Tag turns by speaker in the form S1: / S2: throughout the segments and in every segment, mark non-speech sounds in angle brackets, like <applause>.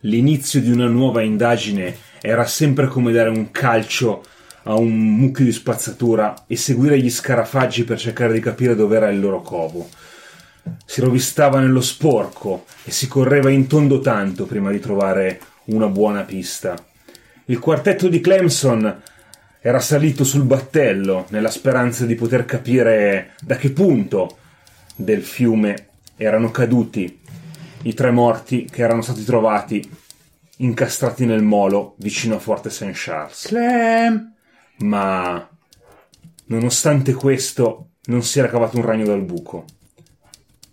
S1: l'inizio di una nuova indagine era sempre come dare un calcio a un mucchio di spazzatura e seguire gli scarafaggi per cercare di capire dov'era il loro covo. Si rovistava nello sporco e si correva in tondo tanto prima di trovare una buona pista. Il quartetto di Clemson era salito sul battello nella speranza di poter capire da che punto del fiume erano caduti i tre morti che erano stati trovati incastrati nel molo vicino a Forte St. Charles.
S2: Clem!
S1: Ma nonostante questo non si era cavato un ragno dal buco.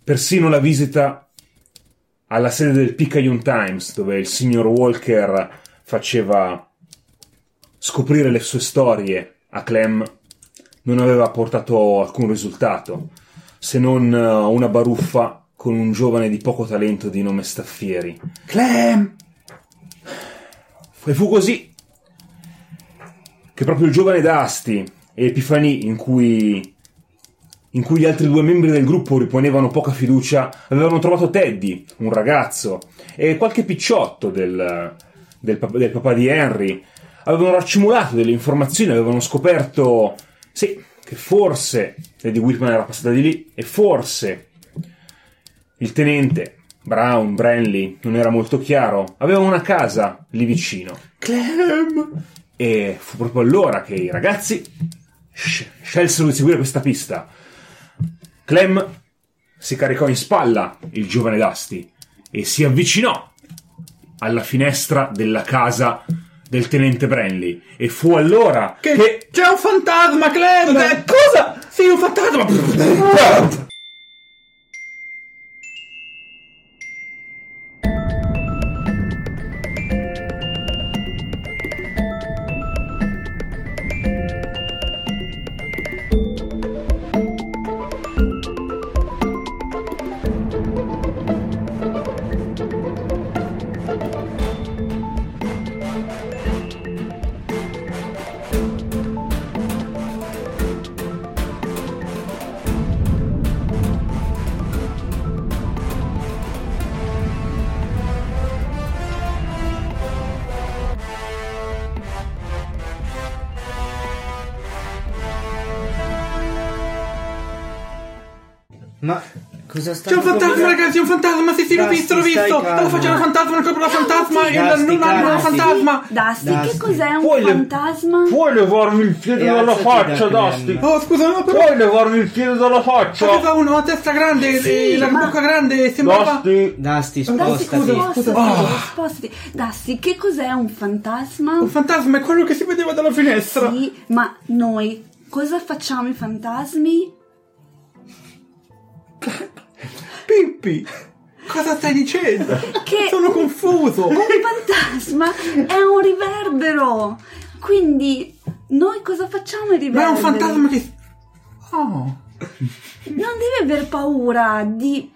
S1: Persino la visita alla sede del Picayune Times, dove il signor Walker faceva scoprire le sue storie a Clem, non aveva portato alcun risultato, se non eh, una baruffa con un giovane di poco talento di nome Staffieri.
S2: Clem!
S1: E fu così che proprio il giovane Dasti e Epifani, in cui, in cui gli altri due membri del gruppo riponevano poca fiducia, avevano trovato Teddy, un ragazzo, e qualche picciotto del, del pap- del papà di Henry. Avevano raccimolato delle informazioni, avevano scoperto, sì, che forse Lady Whitman era passata di lì e forse il tenente Brown, Branley, non era molto chiaro, aveva una casa lì vicino.
S2: Clem!
S1: E fu proprio allora che i ragazzi sc- scelsero di seguire questa pista. Clem si caricò in spalla il giovane Dusty e si avvicinò alla finestra della casa del tenente Branley. E fu allora
S2: Che,
S1: che...
S2: c'è un fantasma, Clem!
S1: Eh,
S2: cosa? Sei un fantasma!
S3: Ma cosa sta
S2: C'è un fantasma, ragazzi, c'è un fantasma! Sì, sì, l'ho
S3: Dusty,
S2: visto, l'ho
S3: stai
S2: visto!
S3: calmo.
S2: Devo facendo un fantasma, una copia fantasma!
S3: Dusty,
S2: Io non- non
S3: calma.
S2: hanno un
S3: Dusty.
S2: fantasma!
S4: Dusty,
S3: Dusty.
S4: che cos'è un
S5: Puoi le-
S4: fantasma?
S5: Puoi levarmi il piede
S3: E
S5: dalla
S3: alzati
S5: faccia,
S3: da
S5: Dusty?
S3: Clem.
S2: Oh, scusa, no, però...
S5: Puoi levarmi il piede dalla faccia?
S2: Aveva una testa grande,
S4: Sì,
S2: e la
S4: ma-
S2: bocca grande, e sembrava...
S5: Dusty,
S3: Dasti,
S4: Dusty,
S3: spostati.
S2: scusa.
S4: spostati,
S2: Ah.
S4: spostati. Dusty, che cos'è un fantasma?
S2: Un fantasma è quello che si vedeva dalla finestra!
S4: Sì, ma noi cosa facciamo i fantasmi?
S2: Pippi! Cosa stai dicendo?
S4: Che- Eh,
S2: Sono confuso! <laughs>
S4: Un fantasma è un riverbero! Quindi noi cosa facciamo i
S2: Ma è
S4: riverberi?
S2: un fantasma che... Oh!
S4: Non devi aver paura di,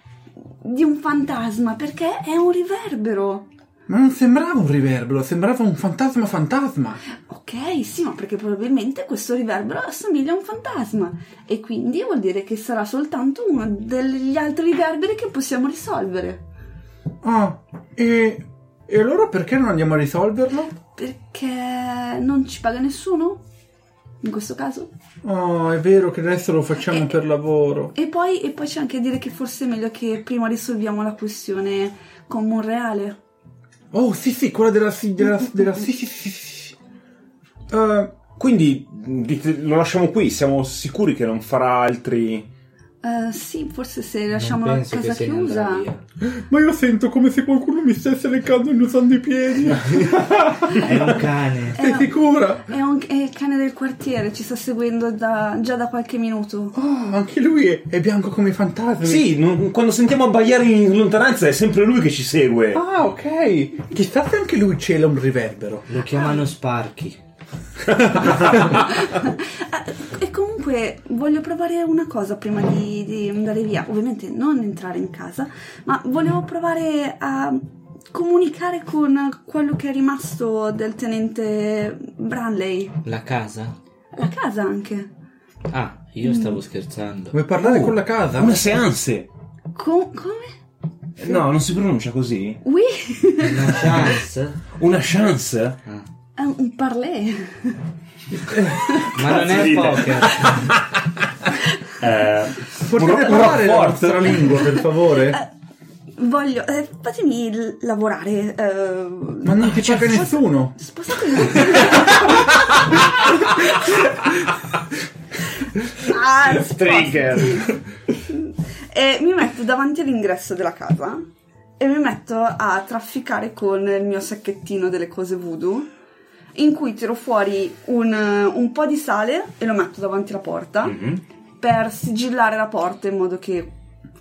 S4: di un fantasma perché è un riverbero.
S2: Ma non sembrava un riverbero, sembrava un fantasma fantasma!
S4: Ok, sì, ma perché probabilmente questo riverbero assomiglia a un fantasma e quindi vuol dire che sarà soltanto uno degli altri riverberi che possiamo risolvere.
S2: Ah, e... E allora perché non andiamo a risolverlo?
S4: Perché non ci paga nessuno? In questo caso?
S2: Oh, è vero che adesso lo facciamo
S4: Eh.
S2: per lavoro.
S4: E poi, e poi c'è anche a dire che forse è meglio che prima risolviamo la questione con Monreale.
S2: Oh, sì, sì, quella della... si- della, della sì, sì, sì, sì, sì. Eh,
S1: Quindi dite- lo lasciamo qui, siamo sicuri che non farà altri...
S4: Eh, sì, forse se lasciamo
S3: Non
S4: la
S3: penso che
S4: casa
S3: se ne andrà
S4: chiusa.
S3: via.
S2: ma io sento come se qualcuno mi stesse leccando e usando i <laughs> piedi.
S3: È un cane.
S2: Sei
S4: Eh,
S2: sicura?
S4: È, un- è il cane del quartiere, ci sta seguendo da- già da qualche minuto.
S2: Oh, anche lui è, è bianco come i fantasmi.
S1: Sì, non- quando sentiamo abbaiare in lontananza è sempre lui che ci segue.
S2: Ah, ok. Chissà se anche lui cela un riverbero.
S3: Lo chiamano Sparky.
S4: Ah, E comunque voglio provare una cosa prima di, di andare via. Ovviamente non entrare in casa, ma volevo provare a comunicare con quello che è rimasto del tenente Branley.
S3: La casa?
S4: La casa anche.
S3: Ah, io stavo scherzando.
S1: Uh,
S2: Vuoi parlare con la casa?
S1: Una seance.
S4: Co- come?
S6: No, non si pronuncia così.
S4: Oui, <laughs>
S7: Una chance?
S6: Una chance?
S7: Ah.
S4: è un parlé.
S7: Ma non è
S6: Dite.
S7: poker.
S6: Eh,
S2: Potete
S6: un- un
S2: parlare la
S6: rapport.
S2: vostra lingua, per
S4: Eh,
S2: favore?
S4: Voglio. eh, fatemi l- lavorare. eh,
S2: Ma non ti paga nessuno.
S4: Spostatemi. ah,
S1: <laughs>
S5: Trigger.
S4: E mi metto davanti all'ingresso della casa e mi metto a trafficare con il mio sacchettino delle cose voodoo in cui tiro fuori un, un po' di sale e lo metto davanti alla porta
S1: Mm-hmm. Mm.
S4: per sigillare la porta in modo che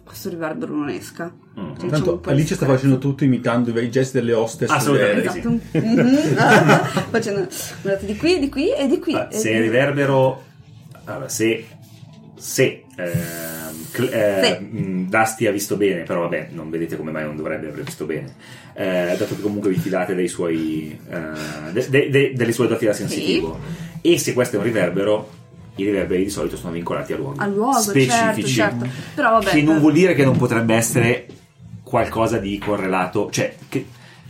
S4: questo riverbero non esca.
S1: Mm.
S4: Cioè, diciamo
S2: Tanto
S4: un po' di
S2: Alice sta
S4: sicurezza.
S2: facendo tutto imitando i gesti delle hostess.
S6: Assolutamente.
S2: vere.
S4: Esatto. <laughs> Mhm. <laughs> Facendo guardate di qui, di qui e di qui. eh,
S1: Ah,
S4: E
S1: se
S4: di-
S1: riverbero allora, se se ehm, cl- eh,
S4: Se.
S1: mh, Dusty ha visto bene però vabbè non vedete come mai non dovrebbe aver visto bene eh, dato che comunque vi fidate dei suoi eh, de- de- de- delle sue doti da sensitivo e se questo è un riverbero i riverberi di solito sono vincolati a luoghi
S4: A luogo,
S1: specifici
S4: certo, certo. Però vabbè,
S1: che non
S4: per-
S1: vuol dire che non potrebbe essere qualcosa di correlato cioè che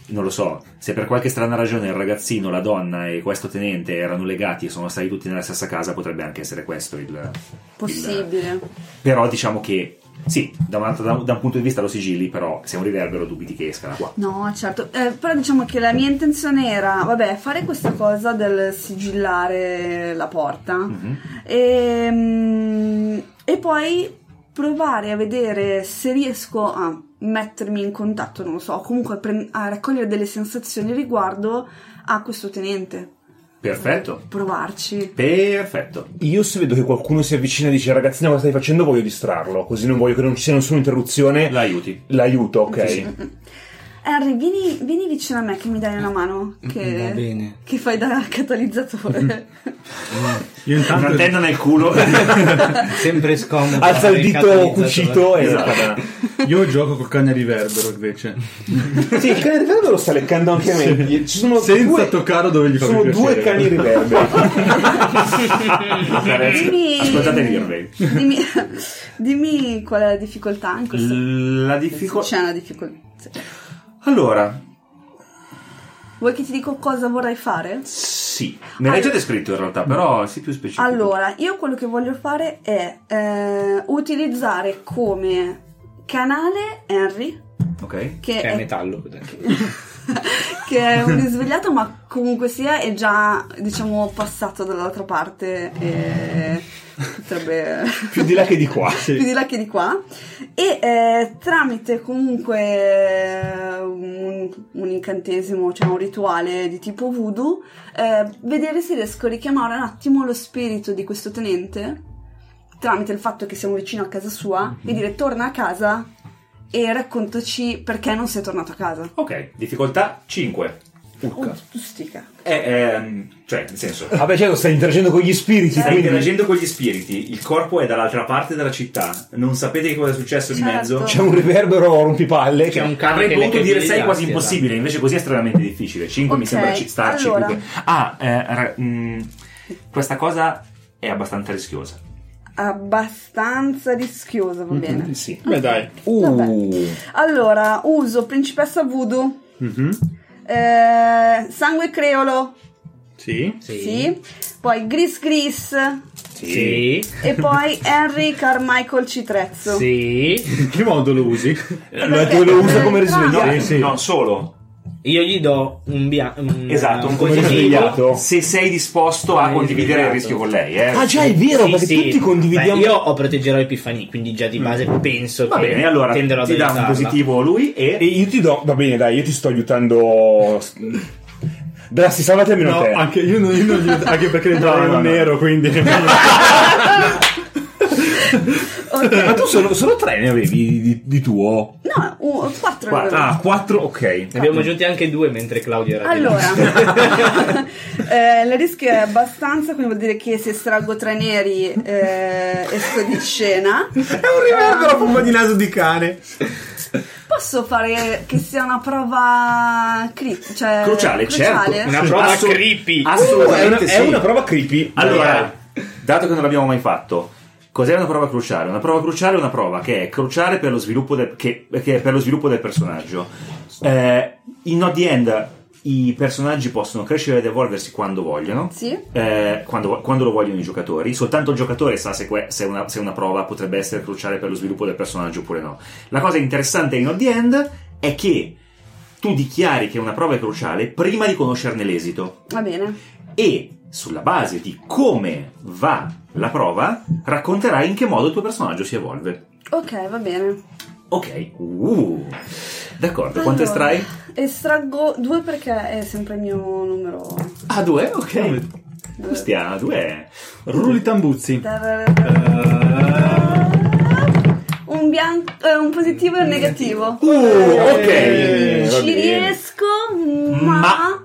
S1: non lo so, se per qualche strana ragione il ragazzino, la donna e questo tenente erano legati e sono stati tutti nella stessa casa, potrebbe anche essere questo il... il-
S4: possibile.
S1: però diciamo che, sì, da un, altro- da un- da un punto di vista lo sigilli, però se è un riverbero dubiti che esca da qua.
S4: No, certo, Eh, però diciamo che la mia intenzione era, vabbè, fare questa cosa del sigillare la porta
S7: Mm.
S4: Ehm, e, poi provare a vedere se riesco a mettermi in contatto, non lo so, comunque a, pre- a raccogliere delle sensazioni riguardo a questo tenente.
S1: Perfetto,
S4: Provarci. Eh,
S1: perfetto.
S6: Io se vedo che qualcuno si avvicina e dice ragazzina cosa stai facendo voglio distrarlo, così non voglio che non ci sia nessuna interruzione.
S1: L'aiuti.
S6: L'aiuto, ok.
S1: Sì, sì.
S4: Henry, vieni, vieni vicino a me che mi dai una mano,
S7: Mm, Va
S4: che,
S7: bene.
S4: che fai da catalizzatore.
S7: <laughs>
S6: Esatto.
S2: Io intanto
S1: Un'antenna nel culo.
S7: Sempre scomodo.
S6: Alza il
S7: fare
S6: dito
S7: catalizzatore.
S6: cucito esatto. e...
S2: Io gioco col cane riverbero invece.
S6: Sì, il cane riverbero lo sta leccando anche a me. Ci sono
S2: Senza
S6: due,
S2: toccarlo dove gli fa
S6: sono
S2: più
S6: due
S2: piacere.
S6: cani riverberi.
S4: Dimmi-
S1: Ascoltate i riverberi.
S4: dimmi, dimmi qual è la difficoltà in questo.
S1: La
S4: C'è
S1: difficoltà...
S4: una difficoltà.
S1: Allora,
S4: Vuoi che ti dico cosa vorrei fare?
S1: sì, me l'hai già descritto in realtà, però sì più specifico.
S4: Allora, io quello che voglio fare è eh, utilizzare come canale Henry,
S1: Ok.
S4: che
S7: Che è
S4: è, <laughs>
S7: metallo. potrebbe.
S4: che è un risvegliato, ma comunque sia è già, diciamo, passato dall'altra parte e potrebbe
S6: Più di là che di qua.
S4: più di là che di qua. E eh, tramite comunque eh, un, un incantesimo, cioè un rituale di tipo voodoo, eh, vedere se riesco a richiamare un attimo lo spirito di questo tenente tramite il fatto che siamo vicino a casa sua
S1: Mhm.
S4: e dire torna a casa e raccontaci perché non sei tornato a casa.
S1: Ok, difficoltà 5.
S4: Oh, stica.
S1: Eh, ehm, cioè, nel senso,
S6: Vabbè, certo, stai interagendo con gli
S4: Eh.
S6: spiriti,
S1: stai
S6: quindi
S1: interagendo con gli spiriti, il corpo è dall'altra parte della città, non sapete che cosa è successo di
S4: Certo.
S1: mezzo. Diciamo-
S6: c'è un riverbero rompipalle.
S7: C'è
S6: Che...
S7: un cane
S1: Avrei
S7: che
S1: potuto
S7: lecca i
S1: dire
S7: piedi
S1: 6 quasi
S7: d'astia,
S1: impossibile, invece così è estremamente difficile. 5 mi
S4: Ok,
S1: sembra ci- starci.
S4: allora.
S1: più che- Ah, eh, ra- mm, questa cosa è abbastanza rischiosa.
S4: Abbastanza rischioso,
S1: Mhm.
S4: va
S1: Eh,
S4: bene.
S6: Sì.
S2: Beh dai.
S6: Uh,
S4: Allora, uso principessa voodoo, eh, sangue creolo.
S2: Sì.
S7: Sì.
S4: Sì. Poi Gris Gris
S7: Sì.
S4: e poi Henry Carmichael Citrezzo.
S7: Sì.
S2: In che modo lo usi?
S4: Perché-
S6: lo usa come
S4: eh,
S6: risveglio.
S4: tra-
S1: No,
S2: sì.
S1: non solo.
S7: Io gli do un bianco.
S1: Esatto, un
S6: come risvegliato.
S1: Se sei disposto a
S7: Hai
S1: condividere il
S7: sbagliato.
S1: rischio con lei, eh.
S6: Ah, già è vero, perché tutti condividiamo.
S7: io ho proteggerò Epifani, quindi già di base penso
S1: Mm. Va
S7: che
S1: bene, allora
S7: tenderò ad
S1: ti dà un
S7: aiutarla.
S1: positivo lui e...
S6: E io ti do. Va bene, dai, io ti sto aiutando. Dasti, salvate almeno
S2: No,
S6: te.
S2: anche io non, io non gli- anche perché
S6: No,
S2: entravo
S6: no, no.
S2: nero,
S6: <laughs>
S2: quindi
S6: Ma tu
S4: Ok.
S6: solo, solo tre ne avevi di, di- di tuo?
S4: No, uh, quattro.
S6: Quattro. Ah, quattro, ok.
S7: Ne abbiamo aggiunti anche due mentre Claudio era
S4: Allora,
S7: dentro.
S4: eh, il rischio è abbastanza, quindi vuol dire che se estraggo tre neri eh, esco di
S2: <laughs>
S4: scena.
S2: è un riverbero a pompa di naso di cane.
S4: Posso fare che sia una prova cri- cioè,
S1: Cruciale, certo.
S7: Una prova
S1: Assu-
S7: creepy.
S1: Assolutamente
S6: è, una,
S1: sì.
S2: Uh,
S6: è una prova creepy.
S1: Allora, dato che non l'abbiamo mai fatto, Cos'è una prova cruciale? Una prova cruciale è una prova che è cruciale per lo sviluppo del, che- che è per lo sviluppo del personaggio. Eh, in Not the End i personaggi possono crescere ed evolversi quando vogliono.
S4: Sì.
S1: Eh, quando, quando lo vogliono i giocatori, soltanto il giocatore sa se, que- se una, se una prova potrebbe essere cruciale per lo sviluppo del personaggio oppure no. La cosa interessante in Odd the End è che tu dichiari che una prova è cruciale prima di conoscerne l'esito
S4: Va bene.
S1: e sulla base di come va la prova racconterai in che modo il tuo personaggio si evolve.
S4: Ok, va bene.
S1: Ok, uh, d'accordo, quanto
S4: Allora,
S1: estrai?
S4: Estraggo due perché è sempre il mio numero.
S1: A due, ok. Ostia, a due.
S2: Rulli tambuzzi.
S1: Eh.
S4: Un bianco, eh, un positivo e un negativo.
S1: Uh, ok.
S4: Ci riesco, ma.
S1: Eh, Ma-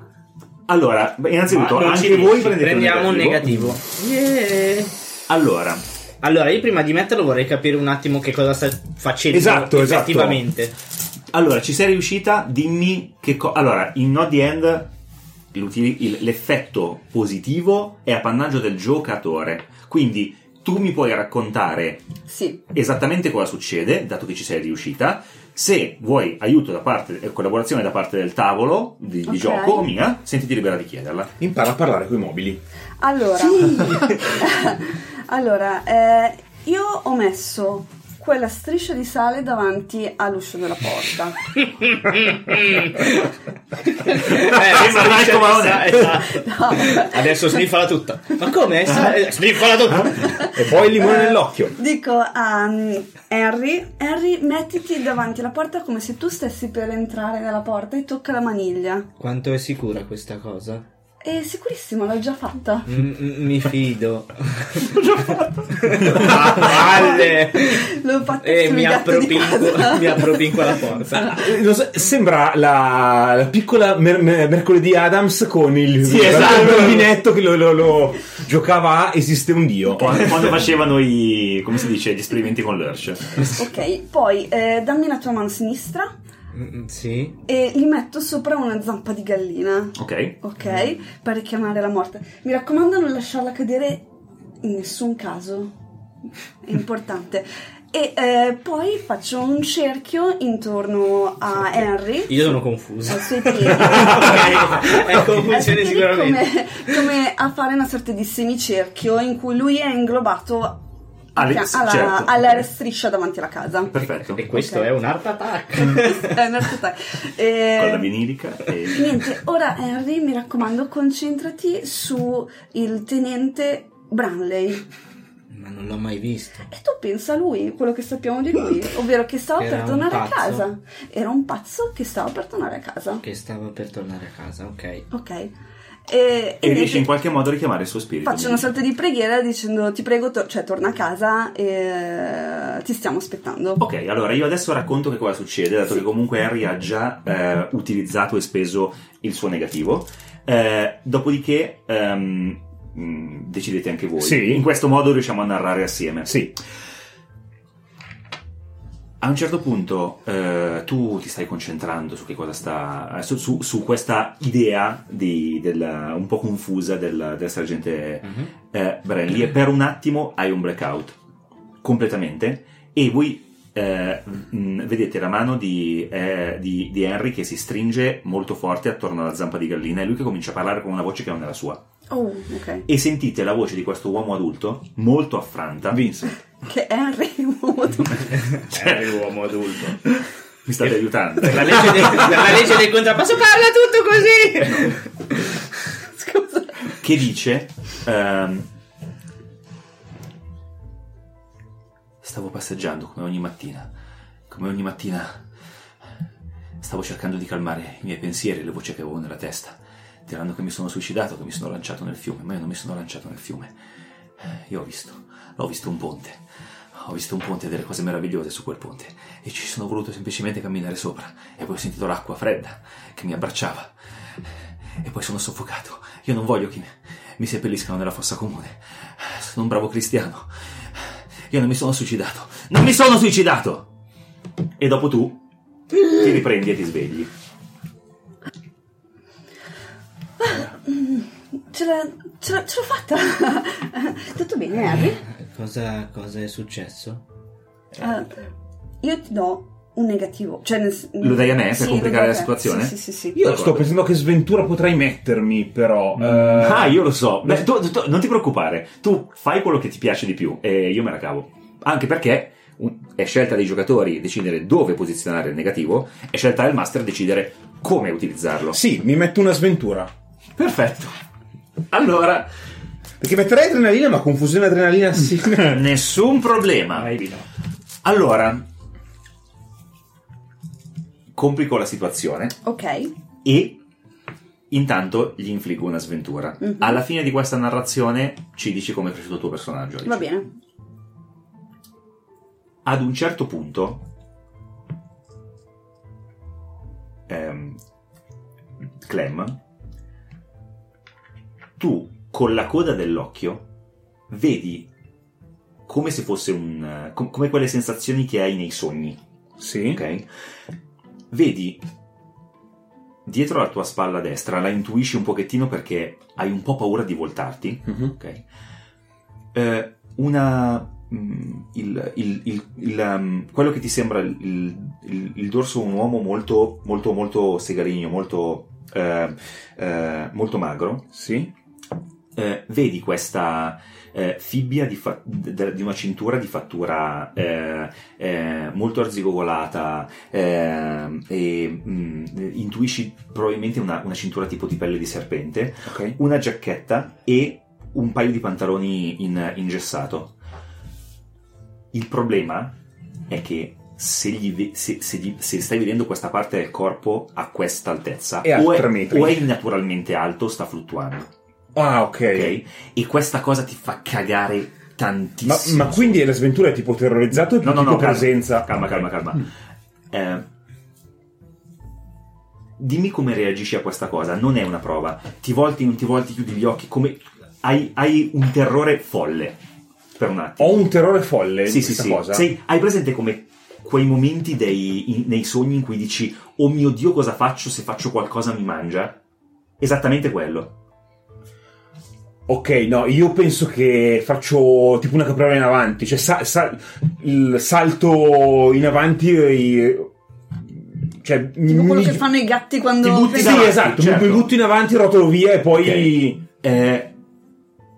S1: Allora, beh, innanzitutto,
S2: Ma non ci
S1: anche voi
S2: riesci,
S1: prendete
S7: Prendiamo un negativo.
S1: Allora,
S7: Allora, io prima di metterlo vorrei capire un attimo che cosa sta facendo
S6: Esatto, esatto.
S7: effettivamente.
S1: allora, ci sei riuscita? Dimmi che cosa. Allora, in Not the End l'utili- il- l'effetto positivo è appannaggio del giocatore. Quindi tu mi puoi raccontare
S4: Sì,
S1: esattamente cosa succede, dato che ci sei riuscita. Se vuoi aiuto da parte e collaborazione da parte del tavolo di, di
S4: Ok.
S1: gioco o mia, sentiti libera di chiederla.
S6: Impara a parlare coi mobili.
S4: allora.
S1: <laughs>
S4: allora, eh, io ho messo quella striscia di sale davanti all'uscio della porta.
S7: Eh,
S1: Sembra Marco Maone.
S7: esatto. Adesso sniffala tutta. Ma come? Sa- eh, Sniffala tutta.
S6: E poi il limone nell'occhio.
S4: Dico a mm, Harry, Harry, mettiti davanti alla porta come se tu stessi per entrare nella porta e tocca la maniglia.
S7: Quanto è sicura questa cosa?
S4: È sicurissimo, l'ho già fatta.
S7: M- m- mi fido. Ah, Palle.
S4: <laughs> L'ho fatta
S7: E
S4: sul
S7: mi
S4: gatto di casa.
S7: appropinqua, <laughs> mi appropinqua la forza.
S6: Eh, non so, sembra la, la piccola mer- mer- mercoledì Adams con il,
S1: Sì, esatto.
S6: il bambinetto che lo, lo- lo giocava a Esiste un Dio.
S1: Quando, <laughs> quando facevano i. come si dice? gli esperimenti con l'Ursh.
S4: Ok, poi eh, dammi la tua mano sinistra
S7: Mm, Sì.
S4: e gli metto sopra una zampa di gallina.
S1: Ok?
S4: Ok, per richiamare la morte. Mi raccomando, non lasciarla cadere in nessun caso. È importante. E eh, poi faccio un cerchio intorno a Henry.
S7: Io sono confuso. <laughs>
S4: ai suoi piedi.
S7: Ok, è
S4: Ai suoi
S7: confusione
S4: piedi
S7: sicuramente.
S4: Eh, come, come a fare una sorta di semicerchio in cui lui è inglobato
S1: Alle-
S4: alla,
S1: certo.
S4: alla striscia davanti alla casa.
S1: <laughs> Perfetto.
S3: Eh,
S7: E questo
S4: Ok.
S7: è un art
S1: Mm.
S7: attack.
S4: Eh, in realtà,
S1: Con la
S4: eh,
S1: vinilica e.
S4: niente, ora Henry, mi raccomando, concentrati su il tenente Branley.
S7: Ma non l'ho mai visto.
S4: E tu pensa a lui, quello che sappiamo
S1: <laughs>
S4: di lui, ovvero che stava
S7: Era
S4: per
S7: un
S4: tornare a
S7: pazzo.
S4: casa. Era un pazzo che stava per tornare a casa.
S7: Che stavo per tornare a casa, ok.
S4: Ok. E,
S1: E
S4: e
S1: riesce in
S4: niente,
S1: qualche modo a richiamare il suo spirito.
S4: faccio una sorta di preghiera dicendo ti prego, to- cioè torna a casa e eh, ti stiamo aspettando.
S1: Ok, allora io adesso racconto che cosa succede, dato che comunque Harry ha già eh, utilizzato e speso il suo negativo. Eh, dopodiché ehm, mh, decidete anche voi.
S6: Sì.
S1: In questo modo riusciamo a narrare assieme.
S6: Sì.
S1: A un certo punto eh, tu ti stai concentrando su che cosa sta. eh, su, su- su questa idea di- della- un po' confusa del, del sergente
S7: Mhm.
S3: <laughs>
S1: eh, Brelli e per un attimo hai un blackout completamente e voi eh, mh, vedete la mano di, eh, di- di Henry che si stringe molto forte attorno alla zampa di gallina e lui che comincia a parlare con una voce che non è la sua
S4: Oh, ok.
S1: e sentite la voce di questo uomo adulto molto affranta
S6: Vincent.
S4: Che Henry è un uomo
S1: <laughs>
S4: adulto.
S7: È uomo adulto.
S1: Cioè, mi state aiutando
S7: Per la legge, del- per la legge del contrappasso parla tutto
S3: <laughs>
S7: così.
S4: <laughs> Scusa.
S1: che dice ehm, stavo passeggiando come ogni mattina come ogni mattina stavo cercando di calmare i miei pensieri e le voci che avevo nella testa diranno che mi sono suicidato che mi sono lanciato nel fiume ma io non mi sono lanciato nel fiume Eh, io ho visto ho visto un ponte ho visto un ponte e delle cose meravigliose su quel ponte e ci sono voluto semplicemente camminare sopra e poi ho sentito l'acqua fredda che mi abbracciava e poi sono soffocato. Io non voglio che mi seppelliscano nella fossa comune. Sono un bravo cristiano. Io non mi sono suicidato. Non mi sono suicidato! E dopo tu ti riprendi e ti svegli.
S4: <laughs> Ce, l'ha- ce l'ha- ce l'ho fatta. Tutto bene, Henry?
S7: Cosa, cosa è successo?
S1: Eh.
S4: Ah, io ti do un negativo. Cioè nel s-
S1: Lo dai a me per
S4: Sì, lo
S1: complicare
S4: do
S1: la
S4: a te.
S1: situazione?
S4: Sì, sì, sì. sì.
S1: Io
S6: Io Ecco, sto
S1: d'accordo.
S6: pensando che sventura potrei mettermi, però. eh,
S1: Ah, io lo so. Beh, tu- tu- tu- non ti preoccupare, tu fai quello che ti piace di più e io me la cavo. Anche perché un- è scelta dei giocatori decidere dove posizionare il negativo, è scelta del master decidere come utilizzarlo.
S6: Sì, mi metto una sventura.
S1: Perfetto. Allora,
S6: Perché metterei adrenalina, ma confusione adrenalina sì.
S1: <laughs> nessun problema.
S7: Maybe no.
S1: Allora, complico la situazione
S4: Ok.
S1: e intanto gli infliggo una sventura.
S4: Mhm.
S1: Alla fine di questa narrazione ci dici come è cresciuto il tuo personaggio.
S4: Va
S1: Alice.
S4: bene.
S1: Ad un certo punto ehm, Clem, tu con la coda dell'occhio vedi come se fosse un... eh, com- come quelle sensazioni che hai nei sogni.
S6: sì.
S1: Ok? Vedi dietro la tua spalla destra, la intuisci un pochettino perché hai un po' paura di voltarti.
S6: Mhm.
S1: Ok? Eh, una. mm, il, il- il- il, um, quello che ti sembra il, il- il dorso un uomo molto, molto, molto segaligno, molto, eh, eh, molto magro.
S6: Sì.
S1: Eh, vedi questa eh, fibbia di, fa- d- di una cintura di fattura eh, eh, molto arzigogolata eh, e mm, intuisci probabilmente una, una cintura tipo di pelle di serpente,
S6: Ok.
S1: una giacchetta e un paio di pantaloni in, ingessato. Il problema è che se, gli ve- se- se gli- se stai vedendo questa parte del corpo a questa altezza
S6: È a
S1: o,
S6: tre
S1: è,
S6: metri.
S1: o è naturalmente alto o sta fluttuando
S6: Ah, ok.
S1: ok? E questa cosa ti fa cagare
S6: Ma,
S1: tantissimo.
S6: ma quindi la sventura è tipo terrorizzato e
S1: No,
S6: più
S1: no,
S6: tipo
S1: no, calma,
S6: presenza? Mm.
S1: Calma, calma, calma. Eh, dimmi come reagisci a questa cosa, non è una prova. Ti volti, non ti volti, chiudi gli occhi, come... Hai, hai un terrore folle per un attimo.
S6: Ho un terrore folle
S1: sì,
S6: di
S1: sì,
S6: questa
S1: sì.
S6: cosa.
S1: Sei- hai presente come quei momenti dei- in- nei sogni in cui dici oh mio Dio cosa faccio se faccio qualcosa mi mangia? Esattamente quello.
S6: Ok, no, io penso che faccio tipo una capriola in avanti, cioè sa- sa- il salto in avanti e- cioè
S4: Tipo quello
S6: mi-
S4: che fanno i gatti quando...
S1: Ti butti
S6: Sì,
S1: davanti,
S6: esatto,
S1: certo.
S6: mi butto in avanti, rotolo via e poi
S1: Eh,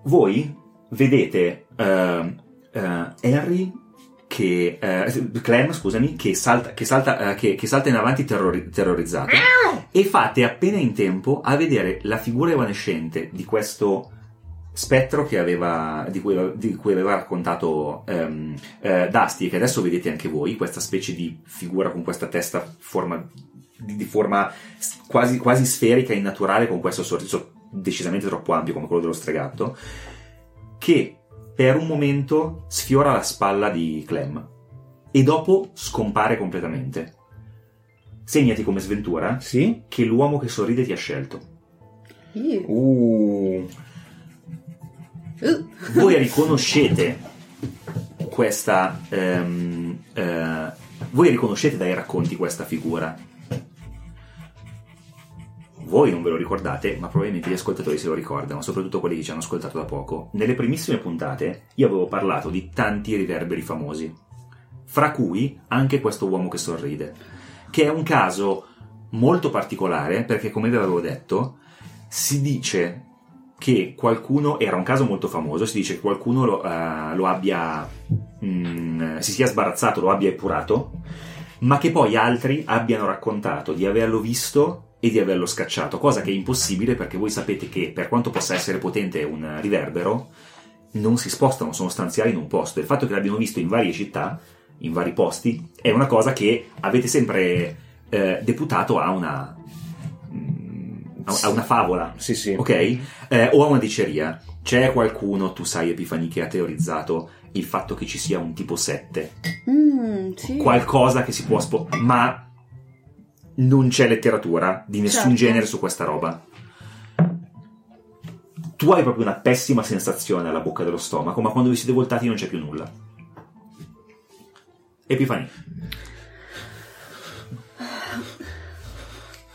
S1: voi vedete eh, eh, Harry che eh, Clem, scusami, che salta, che salta, eh, che- che salta in avanti terrori- terrorizzato e fate appena in tempo a vedere la figura evanescente di questo spettro che aveva, di, cui, di cui aveva raccontato ehm, eh, Dusty, che adesso vedete anche voi, questa specie di figura con questa testa forma- di, di forma s- quasi, quasi sferica e innaturale, con questo sorriso decisamente troppo ampio come quello dello stregato, che per un momento sfiora la spalla di Clem e dopo scompare completamente. Segnati come sventura
S6: Sì?
S1: che l'uomo che sorride ti ha scelto.
S4: Ih.
S6: Uh.
S4: Uh.
S1: Voi riconoscete questa. ehm, eh, voi riconoscete dai racconti questa figura. Voi non ve lo ricordate, ma probabilmente gli ascoltatori se lo ricordano, soprattutto quelli che ci hanno ascoltato da poco. Nelle primissime puntate io avevo parlato di tanti riverberi famosi, fra cui anche questo uomo che sorride, che è un caso molto particolare perché, come vi avevo detto, si dice che qualcuno, era un caso molto famoso, si dice che qualcuno lo, eh, lo abbia, mm, si sia sbarazzato, lo abbia epurato, ma che poi altri abbiano raccontato di averlo visto e di averlo scacciato, cosa che è impossibile perché voi sapete che per quanto possa essere potente un riverbero, non si spostano, sono stanziali in un posto. Il fatto che l'abbiano visto in varie città, in vari posti, è una cosa che avete sempre eh, deputato a una, mm, a- a una favola.
S6: Sì, sì.
S1: Ok? Eh, o a una diceria. C'è qualcuno, tu sai, Epifani, che ha teorizzato il fatto che ci sia un tipo 7,
S4: Mm, sì.
S1: qualcosa che si può spo- ma non c'è letteratura di nessun
S4: Certo.
S1: genere su questa roba. Tu hai proprio una pessima sensazione alla bocca dello stomaco, ma quando vi siete voltati non c'è più nulla. Epifani.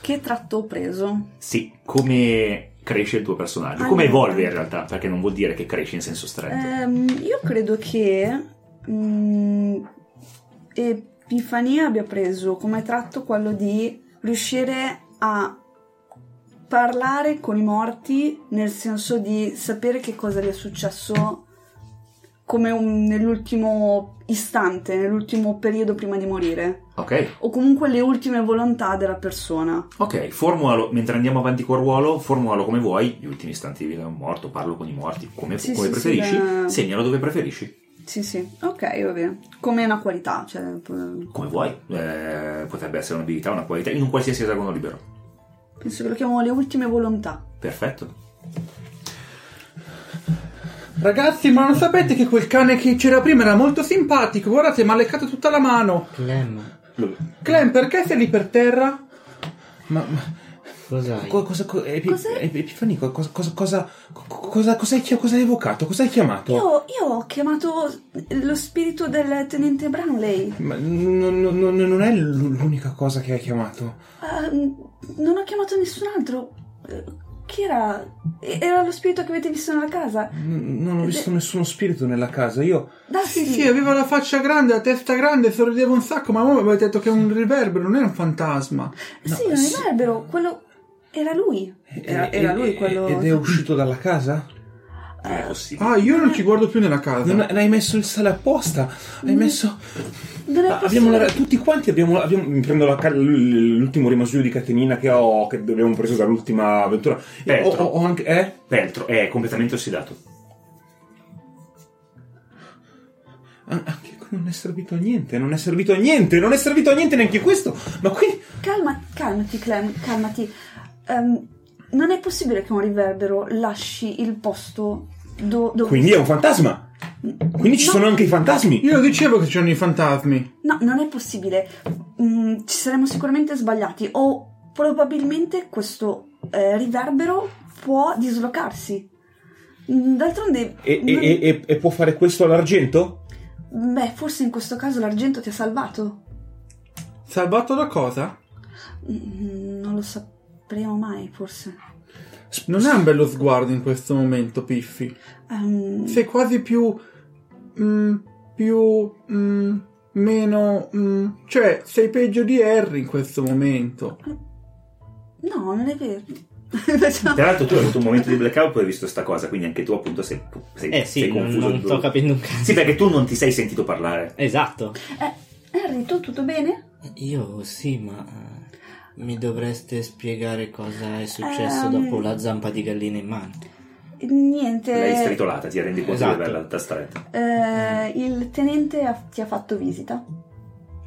S4: Che tratto ho preso?
S1: Sì, come cresce il tuo personaggio.
S4: Ah,
S1: Come
S4: no.
S1: evolve in realtà, perché non vuol dire che cresce in senso stretto.
S4: Ehm, io credo che mm, Epifania abbia preso come tratto quello di riuscire a parlare con i morti, nel senso di sapere che cosa gli è successo come un- nell'ultimo istante, nell'ultimo periodo prima di morire,
S1: Ok,
S4: o comunque le ultime volontà della persona.
S1: ok, formulalo, mentre andiamo avanti col ruolo, formulalo come vuoi, gli ultimi istanti di vita di un morto, parlo con i morti, come,
S4: Sì,
S1: come
S4: sì, sì,
S1: preferisci,
S4: da-
S1: segnalo dove preferisci,
S4: Sì, sì, ok, va bene. Come una qualità, cioè...
S1: come vuoi, Eh, potrebbe essere un'abilità, una qualità, in un qualsiasi esagono libero.
S4: Penso che lo chiamo le ultime volontà.
S1: Perfetto.
S2: Ragazzi, ma non sapete che quel cane che c'era prima era molto simpatico? Guardate, mi ha leccato tutta la mano.
S3: Clem,
S2: Clem, perché sei lì per terra? Ma, ma
S3: cos'hai?
S2: co- cosa, co- epi,
S4: Cos'è?
S2: epi- Epifani, co- cosa, cosa, cosa, co- cosa, cosa hai chi- cosa hai evocato? Cosa hai chiamato?
S4: Io, io ho chiamato lo spirito del tenente Brownlee.
S2: Ma non, non- non- non è l- l'unica cosa che hai chiamato.
S4: Ah, non ho chiamato nessun altro. Eh, Chi era? E- Era lo spirito che avete visto nella casa?
S2: N- non ho
S4: Eh,
S2: visto nessuno spirito nella casa. Io.
S4: Daffy!
S2: Sì, aveva la faccia grande, la testa grande, sorrideva un sacco, ma ora mi avete detto che è un riverbero, non era un fantasma.
S4: sì, non è riverbero, quello. Era lui. Era, era lui quello. Eh,
S2: Ed è uscito dalla casa?
S1: Non è possibile.
S2: Ah, io non ci guardo più nella casa. Non hai messo il sale apposta. Hai messo.
S4: Non è
S6: Ah, Abbiamo la-
S4: possibile.
S6: tutti quanti abbiamo, abbiamo mi prendo la car- l- l'ultimo rimasuglio di catenina che ho che abbiamo preso dall'ultima avventura
S1: Eh,
S6: Ho- ho- ho anche eh?
S1: Peltro è completamente ossidato.
S6: Ah, Anche qui non è servito a niente, non è servito a niente, non è servito a niente neanche questo. Ma qui
S4: Calma, calmati, Clem, calmati. Ehm, non è possibile che un riverbero lasci il posto do- dove.
S6: quindi è un fantasma. Quindi ci
S4: No.
S6: sono anche i fantasmi.
S2: Io dicevo che c'erano i fantasmi.
S4: No, non è possibile. Mm, ci saremmo sicuramente sbagliati. O probabilmente questo eh, riverbero può dislocarsi. Mm, D'altronde.
S6: E, e-
S4: non-
S6: e- e- e può fare questo all'argento?
S4: Beh, forse in questo caso l'argento ti ha salvato.
S2: Salvato da cosa?
S4: Mm, non lo sapremo mai, forse.
S2: Non è un bello sguardo in questo momento, Piffi.
S4: Ehm,
S2: Sei quasi più. mm, più. mm, meno. mm, cioè, sei peggio di Harry in questo momento.
S4: No, non è vero. <laughs> Facciamo-
S1: Tra l'altro tu hai avuto un momento di blackout poi hai visto sta cosa, quindi anche tu appunto sei, sei,
S7: Eh sì,
S1: sei
S7: non,
S1: confuso.
S7: non sto capendo un cazzo.
S1: <laughs> Sì, perché tu non ti sei sentito parlare.
S7: Esatto.
S4: Eh, Harry, tu tutto bene?
S3: Io sì, ma eh, mi dovreste spiegare cosa è successo
S4: Ehm.
S3: dopo la zampa di gallina in mano.
S4: Niente.
S6: Eh.
S1: L'hai stritolata, ti rendi conto di
S3: Esatto.
S1: averla stretta.
S4: Eh, il tenente ha- ti ha fatto visita.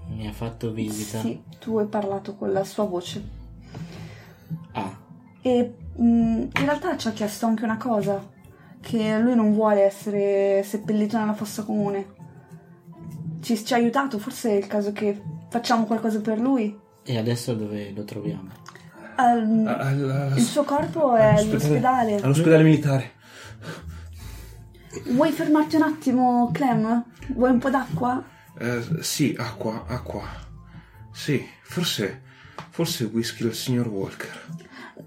S3: Mi ha fatto visita.
S4: Sì, tu hai parlato con la sua voce.
S3: Ah,
S4: E mh, in realtà ci ha chiesto anche una cosa, che lui non vuole essere seppellito nella fossa comune. Ci, ci ha aiutato, forse è il caso che facciamo qualcosa per lui.
S3: e adesso dove lo troviamo?
S4: Ehm,
S2: Al- al-
S4: il suo corpo è all'ospedale.
S2: All'ospedale militare.
S4: Vuoi fermarti un attimo, Clem? Vuoi un po' d'acqua?
S2: Eh, sì, acqua, acqua. Sì, forse. Forse whisky del signor Walker.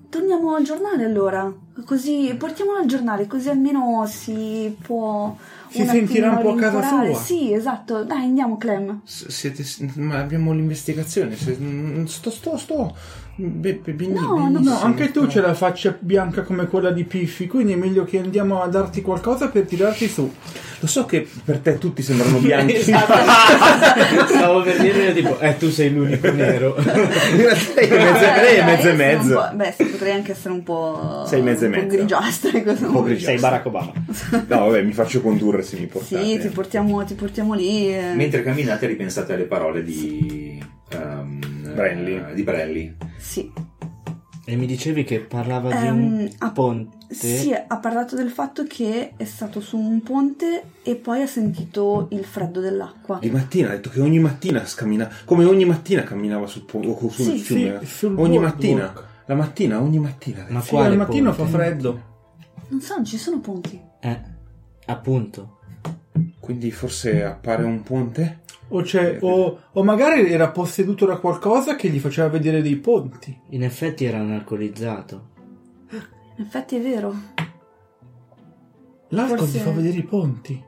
S4: Torniamo al giornale allora, così portiamolo al giornale, così almeno si può...
S2: Si sentirà un
S4: attimo
S2: po' a casa
S4: rincuorare.
S2: sua.
S4: Sì, esatto. Dai, andiamo, Clem.
S2: S- Siete, s- ma abbiamo l'investigazione. se- mm, sto, sto, sto. Be- be- bene-
S4: No, no,
S2: benissimo,
S4: no,
S2: anche tu
S5: sto-
S2: c'hai la faccia bianca come quella di Piffi. Quindi è meglio che andiamo a darti qualcosa per tirarti su.
S6: Lo so che per te tutti sembrano bianchi.
S7: Stavo per dire tipo, eh tu sei l'unico nero.
S6: sei mezzo, <laughs> lei è mezzo e mezzo.
S4: Beh, sì, potrei anche essere un po'.
S6: Sei mezzo e
S4: un po'
S6: mezzo.
S4: grigiastra. in questo
S6: Un po'
S4: momento.
S6: grigiastra.
S7: sei Barack Obama.
S6: No, vabbè, mi faccio condurre se mi portate.
S4: Sì, ti portiamo, ti portiamo lì. eh.
S1: Mentre camminate ripensate alle parole di... ehm,
S6: Brelli.
S1: eh, di Brelli.
S4: Sì.
S3: E mi dicevi che parlava di
S4: Ehm,
S3: un
S4: ah,
S3: ponte.
S4: Sì, ha parlato del fatto che è stato su un ponte e poi ha sentito il freddo dell'acqua.
S6: Di mattina ha detto che ogni mattina scammina, come ogni mattina camminava sul, po- o sul
S4: Sì,
S6: fiume.
S2: sì, sul
S6: ogni
S2: boardwalk.
S6: mattina, la mattina, ogni mattina.
S3: Ma
S2: Sì,
S3: quale
S2: al mattino
S3: ponte?
S2: fa freddo.
S4: Non so, non ci sono ponti.
S3: Eh, appunto.
S6: Quindi forse appare un ponte?
S2: O, c'è- o- o magari era posseduto da qualcosa che gli faceva vedere dei ponti.
S3: In effetti era un alcolizzato.
S4: In effetti è vero.
S2: L'alcol
S4: Forse-
S2: ti fa vedere i ponti.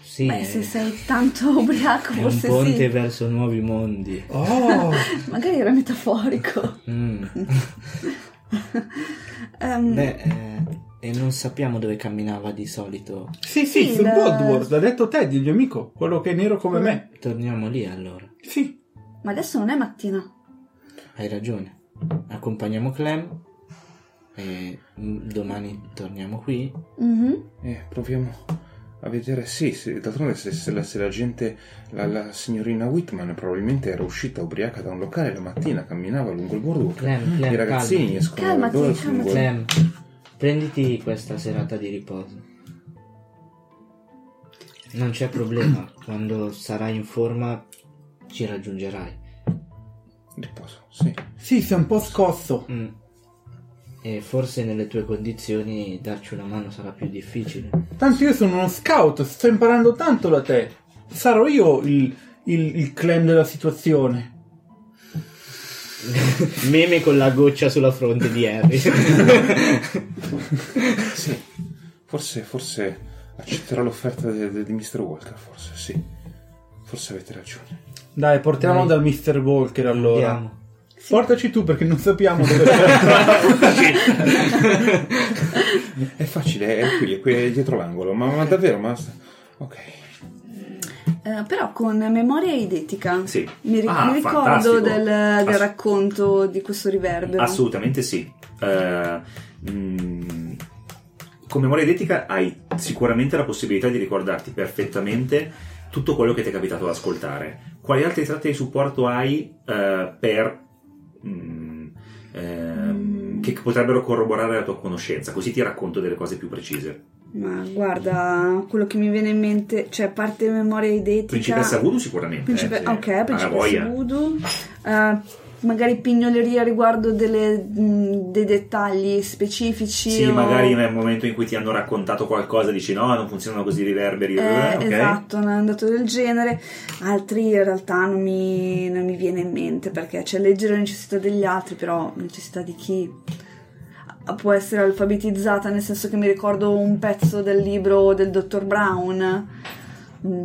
S3: Sì,
S4: Beh, se
S3: è-
S4: sei tanto ubriaco,
S3: è un
S4: forse
S3: ponte
S4: sì.
S3: verso nuovi mondi.
S2: Oh,
S4: Magari era metaforico. <laughs>
S3: Mm.
S4: Ehm,
S3: Beh, eh, e non sappiamo dove camminava di solito.
S2: sì, sì,
S4: Sì,
S2: sul
S4: la-
S2: Bodworth, l'ha detto Teddy, il mio amico, quello che è nero come me.
S3: Torniamo lì allora.
S2: Sì,
S4: Ma adesso non è mattina.
S3: Hai ragione. Accompagniamo Clem. E mm, domani torniamo qui.
S4: Mhm.
S6: Eh, proviamo a vedere. Sì, se- d'altronde se, se la, se la gente, la, la signorina Whitman probabilmente era uscita ubriaca da un locale la mattina, camminava lungo il bordo.
S3: Clem, Clem,
S6: I
S3: Eh, calma.
S6: ragazzini escono
S4: Calmati,
S6: dal golf,
S4: calmati.
S6: lungo-
S3: Clem, prenditi questa serata di riposo. Non c'è problema, quando sarai in forma ci raggiungerai.
S6: Riposo, sì.
S2: sì, sei un po' scosso.
S3: Mm. E forse nelle tue condizioni darci una mano sarà più difficile.
S2: Tanto io sono uno scout, sto imparando tanto da te. Sarò io il, il, il clan della situazione.
S3: Meme con la goccia sulla fronte di <laughs> Harry.
S6: Sì, forse, forse accetterò l'offerta de- de- di Mr. Walker, forse sì. Forse avete ragione.
S2: Dai, portiamo
S3: Dai.
S2: dal Mr. Walker allora.
S3: Andiamo.
S2: Portaci tu perché non sappiamo dove
S6: È facile, è qui, è qui è dietro l'angolo, ma, ma davvero, ma... Ok.
S4: Eh, però con memoria eidetica.
S1: Sì.
S4: Mi, ri-
S1: Ah,
S4: mi
S1: fantastico.
S4: ricordo del, del
S1: Ass-
S4: racconto di questo riverbero.
S1: Assolutamente sì. Eh, mm, con memoria identica hai sicuramente la possibilità di ricordarti perfettamente tutto quello che ti è capitato ad ascoltare. Quali altri tratti di supporto hai eh, per... mm, ehm, che potrebbero corroborare la tua conoscenza, così ti racconto delle cose più precise.
S4: Ma guarda, quello che mi viene in mente, cioè parte memoria eidetica.
S1: Principessa Voodoo sicuramente.
S4: Principe-
S1: eh, sì.
S4: ok,
S1: Ha
S4: principessa
S1: voglia.
S4: voodoo. Eh, magari pignoleria riguardo delle, mh, dei dettagli specifici.
S1: Sì,
S4: o-
S1: magari nel momento in cui ti hanno raccontato qualcosa dici no, non funzionano così i riverberi.
S4: Eh,
S1: eh, ok.
S4: Esatto, un andato del genere, altri in realtà non mi, non mi viene in mente perché c'è leggere la necessità degli altri, però necessità di chi Ah, può essere alfabetizzata, nel senso che mi ricordo un pezzo del libro del dottor Brown. mm,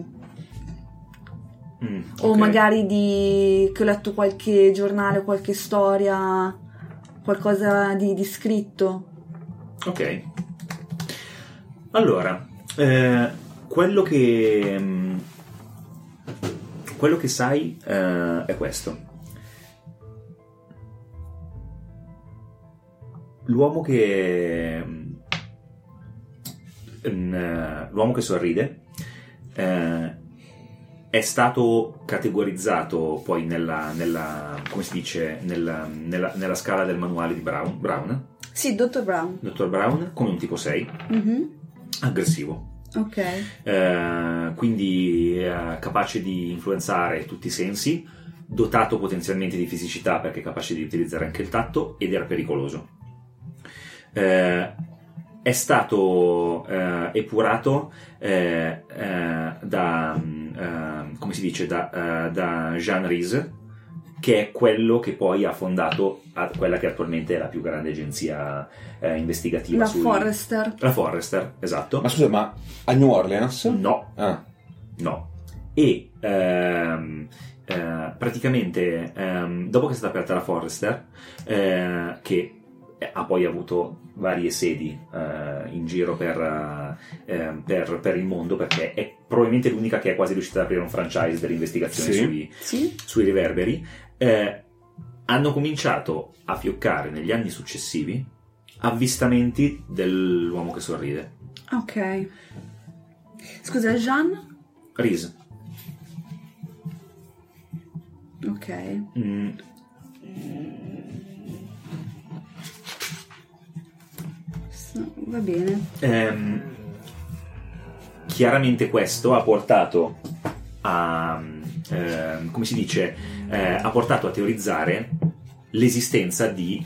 S1: Mm,
S4: O
S1: ok.
S4: magari di, che ho letto qualche giornale, qualche storia, qualcosa di, di scritto.
S1: Ok. Allora, eh, quello che. mm, quello che sai eh, è questo. L'uomo che. mm, mm, eh, l'uomo che sorride. eh, è stato categorizzato poi nella, nella- come si dice, nella, nella- nella scala del manuale di Brown, Brown
S4: Sì, dottor Brown.
S1: Dottor Brown come un tipo 6,
S4: Mhm,
S1: aggressivo,
S4: Ok.
S1: eh, quindi eh, capace di influenzare tutti i sensi, dotato potenzialmente di fisicità perché è capace di utilizzare anche il tatto ed era pericoloso. Eh, è stato eh, epurato eh, eh, da, mm, eh, come si dice, da, eh, da Jean Rees, che è quello che poi ha fondato a- quella che attualmente è la più grande agenzia eh, investigativa.
S4: La
S1: sui-
S4: Forrester.
S1: la Forrester, esatto.
S6: Ma scusa, ma a New Orleans?
S1: No,
S6: Ah,
S1: no. E ehm, eh, praticamente ehm, dopo che è stata aperta la Forrester, eh, che ha poi avuto varie sedi eh, in giro per, eh, ehm, per- per il mondo, perché è probabilmente l'unica che è quasi riuscita ad aprire un franchise dell'investigazione
S6: Sì.
S1: sui,
S4: Sì.
S1: sui riverberi, eh, hanno cominciato a fioccare negli anni successivi avvistamenti dell'uomo che sorride.
S4: Ok. Scusa, Jean?
S1: Reese.
S4: Ok.
S1: Mm.
S4: S- Va bene.
S1: Ehm, chiaramente questo ha portato a ehm, come si dice eh, ha portato a teorizzare l'esistenza di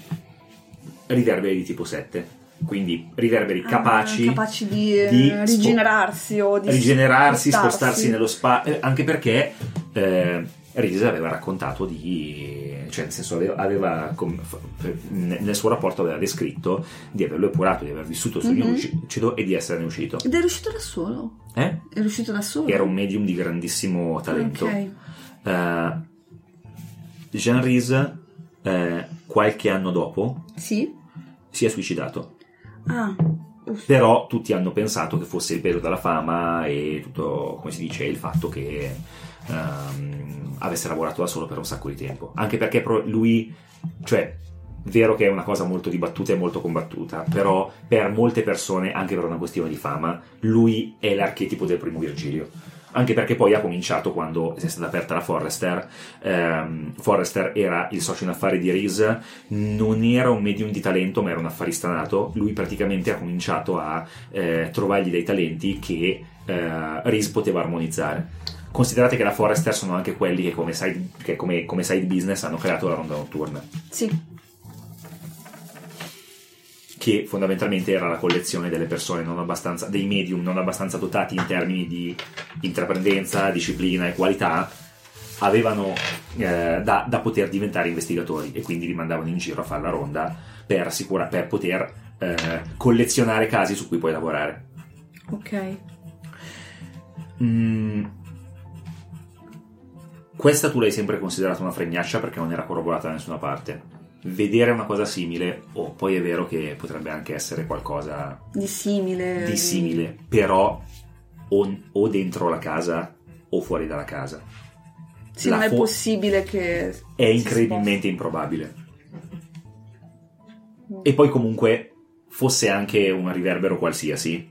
S1: riverberi di tipo 7 quindi riverberi
S4: Ah,
S1: capaci,
S4: capaci di, eh,
S1: di spo-
S4: rigenerarsi o di
S1: rigenerarsi
S4: spostarsi.
S1: spostarsi, eh, nello spazio anche perché eh, Reese aveva raccontato di eh, cioè nel senso aveva, aveva com- fa- per- ne- nel suo rapporto aveva descritto di averlo epurato, di aver vissuto il sogno
S4: Mhm.
S1: lucido e di esserne uscito.
S4: Ed è riuscito da solo.
S1: Eh?
S4: È riuscito da solo.
S1: Era un medium di grandissimo talento.
S4: Ok.
S1: Eh, Jean Rhys, eh, qualche anno dopo,
S4: Sì.
S1: si è suicidato.
S4: Ah.
S1: Però tutti hanno pensato che fosse il peso della fama e tutto, come si dice, il fatto che ehm, avesse lavorato da solo per un sacco di tempo. Anche perché pro- lui, cioè, vero che è una cosa molto dibattuta e molto combattuta, però per molte persone, anche per una questione di fama, lui è l'archetipo del primo Virgilio. Anche perché poi ha cominciato quando è stata aperta la Forrester. Ehm, Forrester era il socio in affari di Reese, non era un medium di talento, ma era un affarista nato. Lui praticamente ha cominciato a eh, trovargli dei talenti che eh, Reese poteva armonizzare. Considerate che la Forrester sono anche quelli che come side, che come- come side business hanno creato la ronda notturna,
S4: Sì.
S1: che fondamentalmente era la collezione delle persone non abbastanza, dei medium non abbastanza dotati in termini di intraprendenza, disciplina e qualità, avevano eh, da, da poter diventare investigatori e quindi li mandavano in giro a fare la ronda per, assicura- per poter eh, collezionare casi su cui puoi lavorare.
S4: Ok.
S1: Mm. Questa tu l'hai sempre considerata una fregnaccia perché non era corroborata da nessuna parte. Vedere una cosa simile, oh, poi è vero che potrebbe anche essere qualcosa
S4: Di simile.
S1: di simile, però o, o dentro la casa o fuori dalla casa.
S4: Sì,
S1: La
S4: non è
S1: fo-
S4: possibile che...
S1: È incredibilmente improbabile. E poi comunque fosse anche un riverbero qualsiasi,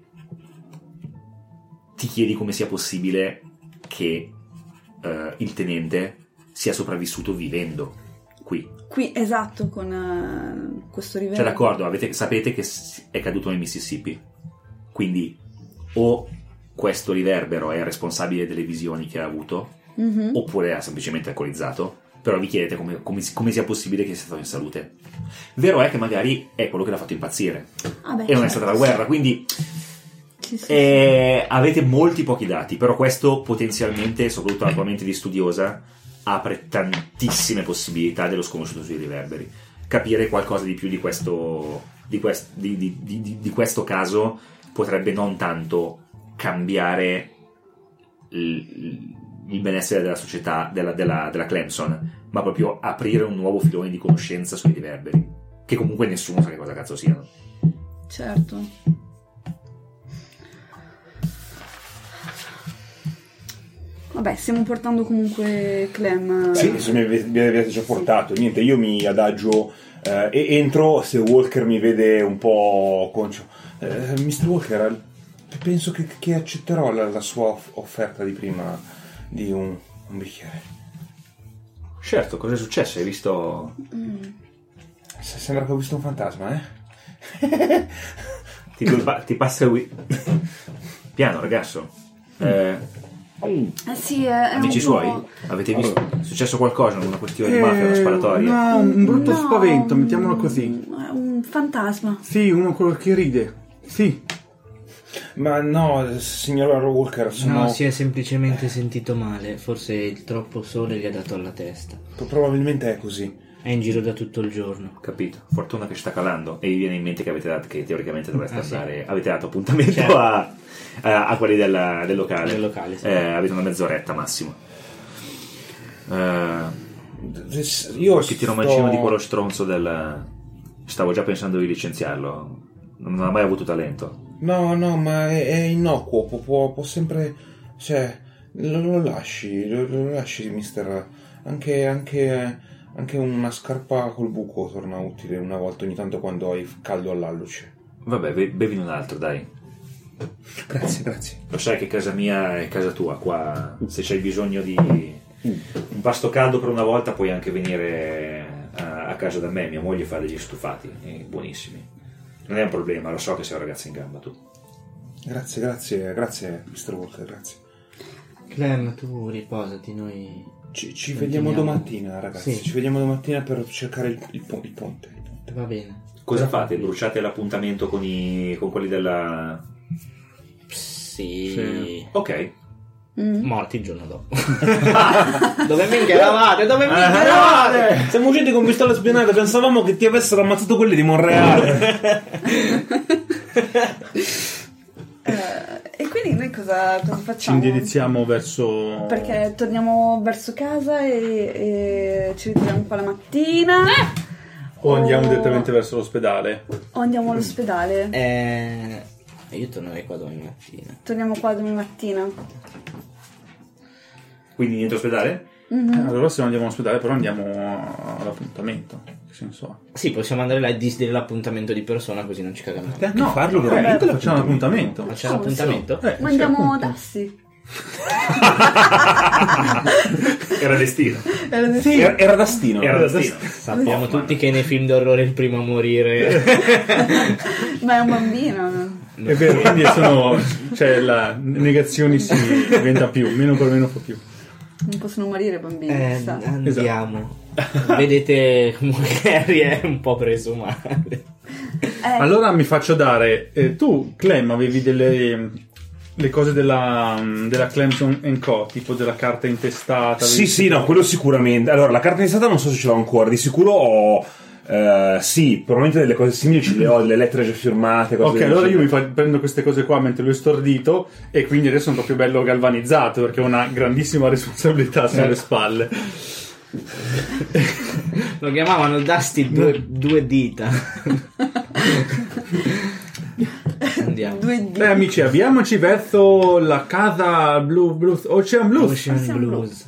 S1: ti chiedi come sia possibile che eh, il tenente sia sopravvissuto vivendo qui.
S4: Qui, esatto, con eh, questo
S1: Cioè,
S4: livello.
S1: d'accordo, avete- sapete che s- è caduto nel Mississippi. Quindi o questo riverbero è responsabile delle visioni che ha avuto,
S4: Mhm.
S1: oppure ha semplicemente alcolizzato. Però vi chiedete come, come si- come sia possibile che sia stato in salute. Vero è che magari è quello che l'ha fatto impazzire
S4: Ah, beh,
S1: e non è
S4: certo.
S1: stata la guerra, quindi
S4: Sì, sì,
S1: eh, avete molti pochi dati, però questo potenzialmente, soprattutto alla tua mente di studiosa, apre tantissime possibilità dello sconosciuto sui riverberi. Capire qualcosa di più di questo, di quest- di- di- di- di- di questo caso potrebbe non tanto cambiare il, il benessere della società, della, della- della Clemson, ma proprio aprire un nuovo filone di conoscenza sui riverberi, che comunque nessuno sa che cosa cazzo siano.
S4: sì, certo. Vabbè, stiamo portando comunque Clem.
S6: Beh, adesso Eh, mi ave- mi avete già portato. Niente, io mi adagio eh, e entro se Walker mi vede un po' concio. Eh, Mr. Walker, penso che, che accetterò la, la sua off- offerta di prima di un, un bicchiere.
S1: Certo, cosa è successo? Hai visto
S4: Mm.
S6: Se- sembra che ho visto un fantasma, eh?
S1: Ti, colpa- ti passa il wi- Piano, ragazzo. Eh,
S4: Eh sì, è, è un
S1: amici
S4: po'...
S1: suoi, avete visto? È successo qualcosa? Una questione di mafia, una sparatoria?
S2: Eh, No, un brutto
S4: No, mm,
S2: spavento, mettiamolo così.
S4: È un fantasma.
S2: Sì, uno quello che ride. Sì,
S6: Ma no, signor Walker, sono...
S3: No, si è semplicemente sentito male, forse il troppo sole gli ha dato alla testa.
S6: pro- Probabilmente è così.
S3: È in giro da tutto il giorno.
S1: Capito. Fortuna che ci sta calando e vi viene in mente che, avete dato- che teoricamente dovreste
S3: Ah, sì.
S1: andare. Avete dato appuntamento
S3: Certo.
S1: a, a- a quelli della- del locale.
S3: Del locale, sì.
S1: Eh, avete una mezz'oretta massimo. Eh,
S6: Io
S1: che tiro
S6: sto-
S1: mancino di quello stronzo del. Stavo già pensando di licenziarlo. Non ha mai avuto talento.
S6: No, no, ma è, è innocuo, può, può- può sempre... Cioè, lo, lo lasci, lo, lo lasci, mister. Anche, anche, anche una scarpa col buco torna utile una volta ogni tanto quando hai caldo all'alluce.
S1: Vabbè, be- bevine un altro, dai.
S6: Grazie, grazie.
S1: Lo sai che casa mia è casa tua, qua se c'hai bisogno di un pasto caldo per una volta puoi anche venire a, a casa da me, mia moglie fa degli stufati, eh, buonissimi. Non è un problema, lo so che sei un ragazzo in gamba tu.
S6: Grazie, grazie, grazie, mister Walker, grazie.
S3: Clem, tu riposati, noi...
S6: Ci, ci vediamo
S3: Continuiamo.
S6: domattina, ragazzi.
S3: Sì.
S6: Ci vediamo domattina per cercare il, il pon- il ponte. il ponte.
S3: Va bene.
S1: Cosa fate? Bruciate l'appuntamento con, i, con quelli della...
S3: Sì.
S1: Ok,
S4: Mm.
S3: morti il giorno dopo.
S7: <laughs> Dove minchia eravate? Dove minchia eravate?
S8: Siamo usciti con pistola spianata, pensavamo che ti avessero ammazzato quelli di Monreale.
S4: Eh, e quindi noi cosa, cosa
S2: Ci
S4: facciamo?
S2: indirizziamo verso.
S4: Perché torniamo verso casa e, e ci ritroviamo qua la mattina.
S2: O andiamo direttamente verso l'ospedale.
S4: O andiamo all'ospedale.
S3: Eh, io tornerei qua domani mattina.
S4: Torniamo qua domani mattina.
S2: Eh,
S1: Quindi niente ospedale?
S4: Mm-hmm.
S2: Allora, se non andiamo all'ospedale, però andiamo all'appuntamento. Che senso ha?
S3: Sì, possiamo andare là e disdire l'appuntamento di persona così non ci cagano.
S8: Perché anche farlo
S2: Eh,
S8: veramente?
S2: facciamo l'appuntamento.
S3: Ma c'è l'appuntamento?
S2: Eh,
S4: Ma andiamo da sì.
S1: Era <laughs> destino.
S4: Era
S2: Eh,
S4: di-
S6: Sì, era, era Dastino.
S1: Era destino.
S3: Sappiamo tutti che nei film d'orrore è il primo a
S7: <laughs> Eh,
S3: morire.
S4: Ma è un bambino.
S2: È vero, quindi sono. cioè, la negazioni si diventa più, meno per meno fa più.
S4: Non possono morire i bambini.
S3: Eh,
S4: sa.
S3: andiamo.
S7: Esatto.
S3: Vedete comunque Harry è un po' preso male.
S4: Eh,
S2: Allora mi faccio dare. eh, tu, Clem, avevi delle. Le cose della, della Clemson Co, tipo della carta intestata.
S6: Sì,
S2: avevi-
S6: sì, no, quello sicuramente. Allora, la carta di Stato non so se ce l'ho ancora, di sicuro ho... eh, sì, probabilmente delle cose simili ce le ho, delle lettere già firmate, cose
S2: Ok,
S6: del
S2: allora io
S6: genere.
S2: mi fa- prendo queste cose qua mentre lui è stordito e quindi adesso sono proprio bello galvanizzato perché ho una grandissima <laughs> responsabilità sulle spalle.
S3: Lo chiamavano Dusty due, due dita. Andiamo.
S4: due
S2: Beh
S4: di
S2: amici, avviamoci verso la casa Blue, Blue Ocean Blue.
S3: Ocean
S4: Ocean
S3: Blues.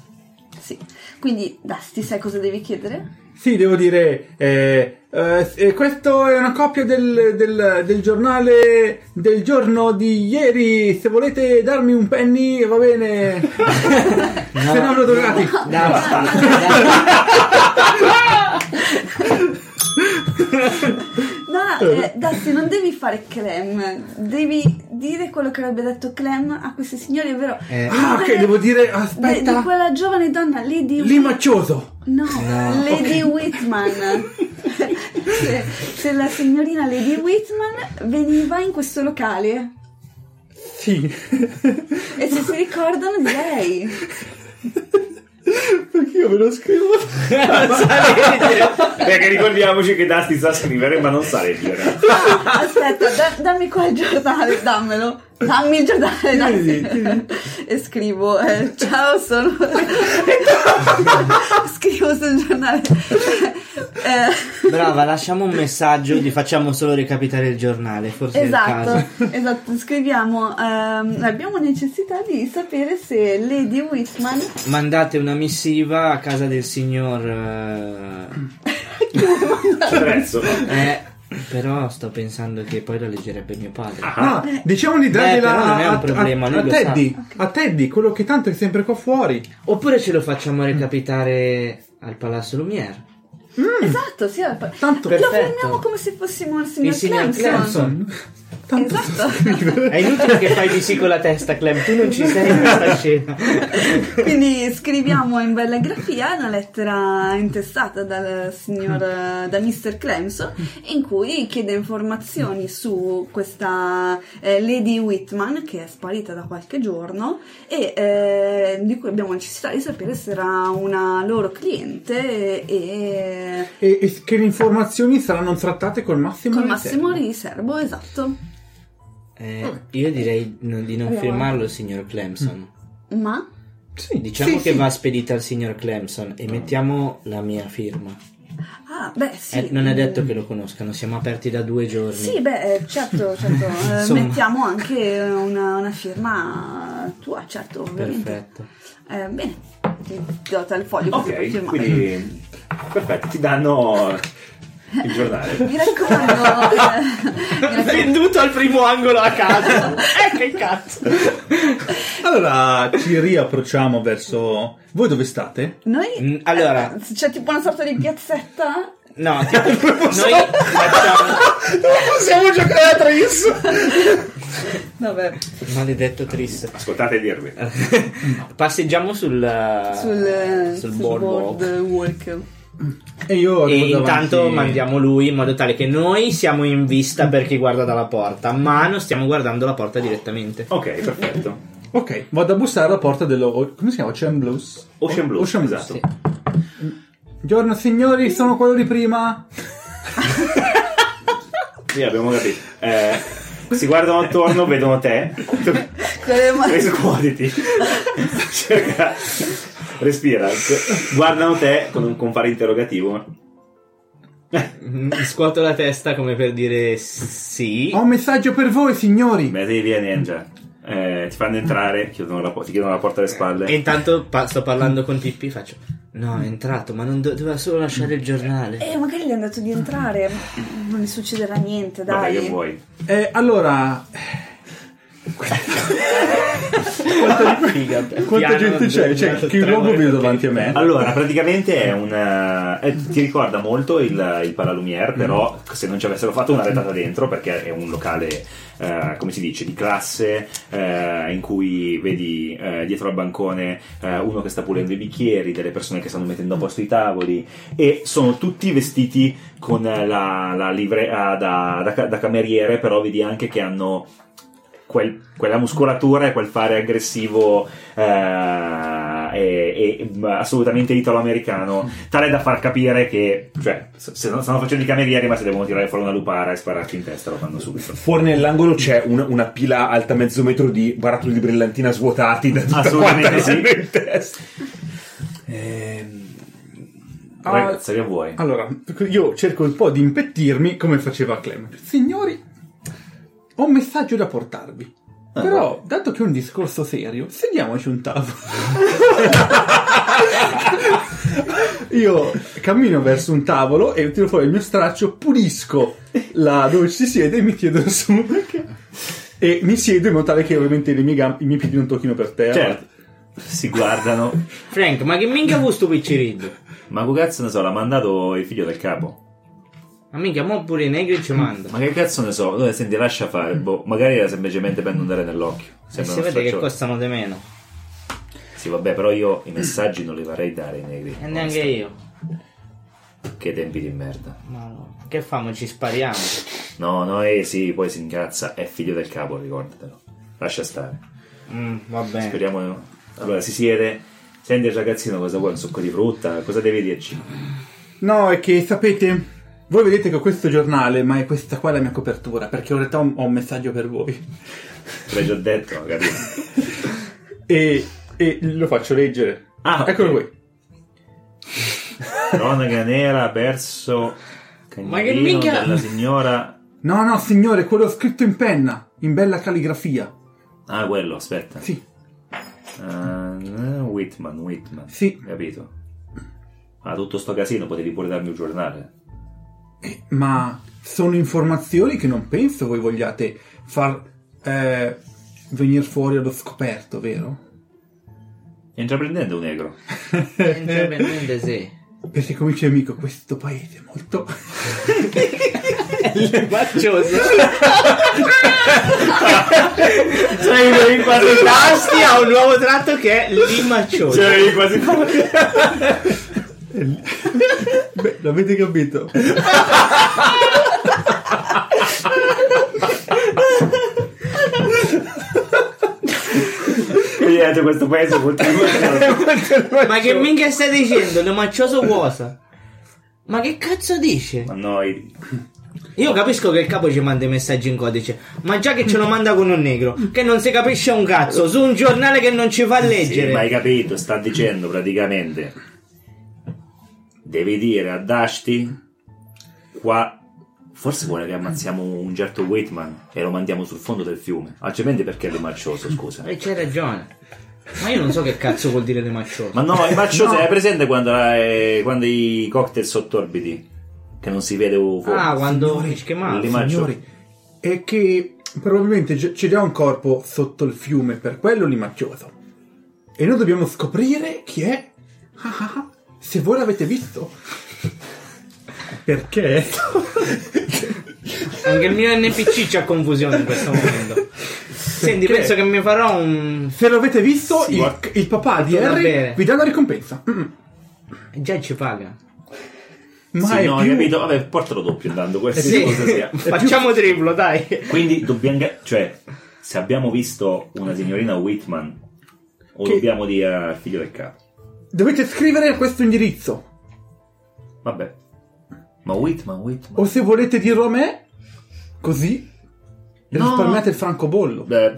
S4: Sì. Quindi, Dusty, sai cosa devi chiedere?
S2: Sì, devo dire, eh, eh, eh, questo è una copia del, del- del giornale del giorno di ieri. Se volete darmi un penny va bene. <laughs> Se no, lo drogati.
S3: No,
S4: No, eh, Dusty, non devi fare Clem. Devi dire quello che avrebbe detto Clem a questi signori, ovvero.
S3: Eh.
S2: Ah, ok, devo dire,
S4: De- Di,
S2: aspetta,
S4: quella giovane donna Lady
S2: lì
S4: Whit-
S2: maccioso.
S4: No, Lady Whitman. se, se la signorina Lady Whitman veniva in questo locale
S2: Sì.
S4: e se si ricordano di lei.
S2: Perché io ve lo scrivo?
S1: Perché ricordiamoci che Dusty sa scrivere ma non sa leggere.
S4: Ah, Aspetta, da- dammi qua il giornale, dammelo. Dammi il giornale, dai. <laughs> E scrivo, eh, ciao, sono... <laughs> scrivo sul giornale. <laughs> Eh,
S3: Brava, lasciamo un messaggio, gli facciamo solo ricapitare il giornale, forse è il caso.
S4: Esatto, <laughs> esatto, scriviamo, ehm, abbiamo necessità di sapere se Lady Whitman
S3: Mandate una missiva a casa del signor... eh,
S1: Prezzo.
S3: eh, però sto pensando che poi la leggerebbe mio padre.
S2: Ah, diciamo di dargliela
S3: però non è un
S2: a, a-
S3: problema,
S2: a
S3: lui lo
S2: Teddy, a Teddy, quello che tanto è sempre qua fuori.
S3: Oppure ce lo facciamo recapitare al Palazzo Lumiere.
S4: Esatto, sì, allora-
S2: Tanto
S4: lo
S3: Mm. perfetto.
S4: fermiamo come se fossimo il
S3: Il
S4: signor,
S3: signor
S4: Clemson.
S3: Clemson.
S2: Tanto
S4: <laughs> Esatto.
S3: È inutile che fai di sì con la testa, Clem. Tu non ci sei in questa scena.
S4: Quindi scriviamo in bella grafia una lettera intestata dal signor eh, da Mr. Clemson in cui chiede informazioni su questa eh, Lady Whitman che è sparita da qualche giorno e eh, di cui abbiamo necessità di sapere se era una loro cliente e
S2: e, e che le informazioni saranno trattate col massimo
S4: Con
S2: riservo.
S4: Massimo Riservo, esatto.
S3: Eh, io direi no- di non
S4: Andiamo
S3: firmarlo il signor Clemson.
S4: Ma
S2: Sì, sì,
S3: Diciamo che
S2: sì.
S3: va spedita al signor Clemson e mettiamo la mia firma.
S4: ah, beh, sì.
S3: Eh, non è detto che lo conoscano, siamo aperti da due giorni.
S4: Sì, beh, eh, certo,
S3: <laughs>
S4: certo. Eh,
S3: Insomma.
S4: mettiamo anche una, una firma tua, certo, ovviamente.
S3: Perfetto.
S4: Eh, bene, ti do te il foglio così puoi
S1: <laughs> Ok,
S4: firmare.
S1: quindi perfetto, ti danno il giornale.
S3: <laughs>
S4: Mi raccomando, eh, mi raccomando.
S7: Venduto al primo angolo a
S4: <laughs>
S7: casa. eh, che cazzo.
S2: Allora ci riapprocciamo verso. Voi dove state?
S4: Noi...
S3: Mm, allora-
S4: eh, c'è tipo una sorta di piazzetta...
S3: No, tipo, noi facciamo...
S7: Possiamo giocare a Tris.
S4: <laughs> Vabbè,
S3: Maledetto Tris.
S1: Ascoltate e dirmi.
S3: Passeggiamo sul...
S4: sul, eh,
S3: Ah, sul
S4: sul
S3: boardwalk.
S4: boardwalk.
S2: E io
S3: E
S2: arrivo
S3: intanto
S2: davanti-
S3: mandiamo lui in modo tale che noi siamo in vista per chi guarda dalla porta, ma non stiamo guardando la porta direttamente.
S1: Ok, perfetto.
S6: Ok, vado a bussare alla porta dello. come si chiama? Ocean Blues?
S1: Ocean Blues,
S6: Ocean Blues.
S1: esatto.
S6: Buongiorno signori, sono quello di prima.
S1: Sì, abbiamo capito. Eh, si guardano attorno, vedono te. Riscuotiti. Cerca. Respira. Guardano te con un con fare interrogativo.
S3: Mm, Scuoto la testa come per dire s- sì.
S6: Ho un messaggio per voi, signori.
S1: Beh, devi vieni, Angela. Eh, ti fanno entrare, chiudono la po- ti chiudono la porta alle spalle.
S3: E intanto pa- sto parlando con Pippi, faccio. No, è entrato, ma non do- doveva solo lasciare il giornale.
S4: Eh, magari gli è andato di entrare, non gli succederà niente,
S1: Vabbè,
S4: dai.
S1: che vuoi?
S6: Eh, allora.
S3: Figa.
S6: Quanta gente c'è? Cioè, che luogo vedo davanti a me?
S1: Allora, praticamente è un. eh, ti ricorda molto il, il Paralumiere, però se non ci avessero fatto una retata dentro, perché è un locale, eh, come si dice, di classe, eh, in cui vedi eh, dietro al bancone eh, uno che sta pulendo i bicchieri, delle persone che stanno mettendo a posto i tavoli, e sono tutti vestiti con la, la livrea da, da ca- da cameriere, però vedi anche che hanno. quel- quella muscolatura e quel fare aggressivo eh, e, e, mh, assolutamente italo-americano, tale da far capire che, cioè, s- se non stanno facendo i camerieri, ma se devono tirare fuori una lupara e spararci in testa, lo fanno subito.
S2: Fuori nell'angolo c'è un- una pila alta mezzo metro di barattoli di brillantina svuotati
S6: Ah,
S2: da tutta
S1: <laughs> Assolutamente
S2: quanta la
S1: sì. Ehm,
S2: gente in testa.
S1: Ragazza, che vuoi?
S6: Allora, io cerco un po' di impettirmi come faceva Clem. Signori, ho un messaggio da portarvi. Però, dato che è un discorso serio, sediamoci un tavolo. <laughs> io cammino verso un tavolo e tiro fuori il mio straccio, pulisco la dove ci si siede e mi chiedo su perché. E mi siedo in modo tale che ovviamente le mie gam- i miei piedi non tocchino per terra.
S1: Certo. Si guardano.
S3: Frank, ma che minchia vuoi sto picciriddo?
S1: Ma che cazzo ne so, l'ha mandato il figlio del capo.
S3: Ma minchia, mo pure i negri ci mandano.
S1: Ma che cazzo ne so, eh, senti, lascia fare. Boh, magari era semplicemente per non dare nell'occhio.
S3: E
S1: Sembra uno
S3: si vede che
S1: straccione.
S3: costano di meno.
S1: Sì, vabbè, però io i messaggi non li vorrei dare ai negri.
S3: E Eh, neanche io.
S1: Che tempi di merda.
S3: Ma no. Che famo? Ci spariamo.
S1: No, no, eh sì, poi si incazza. È figlio del capo, ricordatelo. Lascia stare.
S3: Mm, va bene.
S1: Speriamo. no. Allora si siede. Senti il ragazzino cosa vuoi? Un succo di frutta? Cosa devi dirci?
S6: No, è che sapete, voi vedete che ho questo giornale, ma è questa qua la mia copertura, perché in realtà ho ho un messaggio per voi.
S1: Te l'hai già detto, capito?
S6: E, e lo faccio leggere.
S1: Ah, ok.
S6: eccolo qui.
S1: Cronaca nera perso.
S3: Ma che
S1: cagnolino
S3: minchia-
S1: della signora.
S6: No, no, signore, quello scritto in penna, in bella calligrafia.
S1: Ah, quello, aspetta.
S6: Sì.
S1: Ah, Whitman, Whitman.
S6: Sì.
S1: Capito? Ah, tutto sto casino, potevi pure darmi un giornale.
S6: Eh, ma sono informazioni che non penso voi vogliate far eh, venire fuori allo scoperto, vero?
S1: È intraprendente un negro.
S3: Intervenente sì.
S6: <laughs> Perché come dice amico, questo paese è molto... <laughs>
S3: Maccioso.
S1: Sei quasi
S3: Basti ha un nuovo tratto che è l'immaccione.
S1: Sei quasi
S6: Beh, l'avete capito?
S1: Quindi eh, questo paese è <laughs> molto
S6: Cioè,
S3: Ma che minchia stai dicendo? Lo maccioso cosa? Ma che cazzo dice?
S1: Ma noi.
S3: Io capisco che il capo ci manda i messaggi in codice, ma già che ce lo manda con un negro, che non si capisce un cazzo, su un giornale che non ci fa
S1: Sì, ma hai
S3: leggere.
S1: capito, sta dicendo praticamente. Devi dire a Dashti. Qua. Forse vuole che ammazziamo un certo Whitman e lo mandiamo sul fondo del fiume. Altrimenti perché è maccioso, scusa.
S3: E c'hai ragione. Ma io non so che cazzo vuol dire le macciose.
S1: Ma no, è maccioso, è presente quando, eh, quando i cocktail sottorbiti? Che non si vede un fuoco.
S3: Ah, quando
S6: Signori,
S3: che male.
S1: li mangio.
S6: Signori, è che probabilmente gi- c'è già un corpo sotto il fiume, per quello lì macchioso. E noi dobbiamo scoprire chi è. Ah, ah, ah, se voi l'avete visto. Perché?
S3: Anche il mio NPC c'ha confusione in questo momento. Senti,
S6: Perché?
S3: penso che mi farò un.
S6: Se l'avete visto,
S1: Sì,
S6: il,
S1: guarda.
S6: il papà di
S3: Torna bene.
S6: Harry vi dà una ricompensa. Mm,
S3: Già ci paga.
S6: Ma
S1: Sì,
S6: è
S1: no, hai
S6: più-
S1: capito? Vabbè, portalo doppio intanto, questo
S3: <laughs> Sì,
S1: cosa sia.
S3: facciamo triplo, dai.
S1: Quindi dobbiamo. Cioè, se abbiamo visto una signorina Whitman, o
S2: Che-
S1: dobbiamo dire al figlio del capo.
S2: Dovete scrivere a questo indirizzo.
S1: Vabbè. Ma Whitman, Whitman.
S2: O se volete dirlo a me, così
S1: No.
S2: risparmiate il francobollo.
S1: Beh.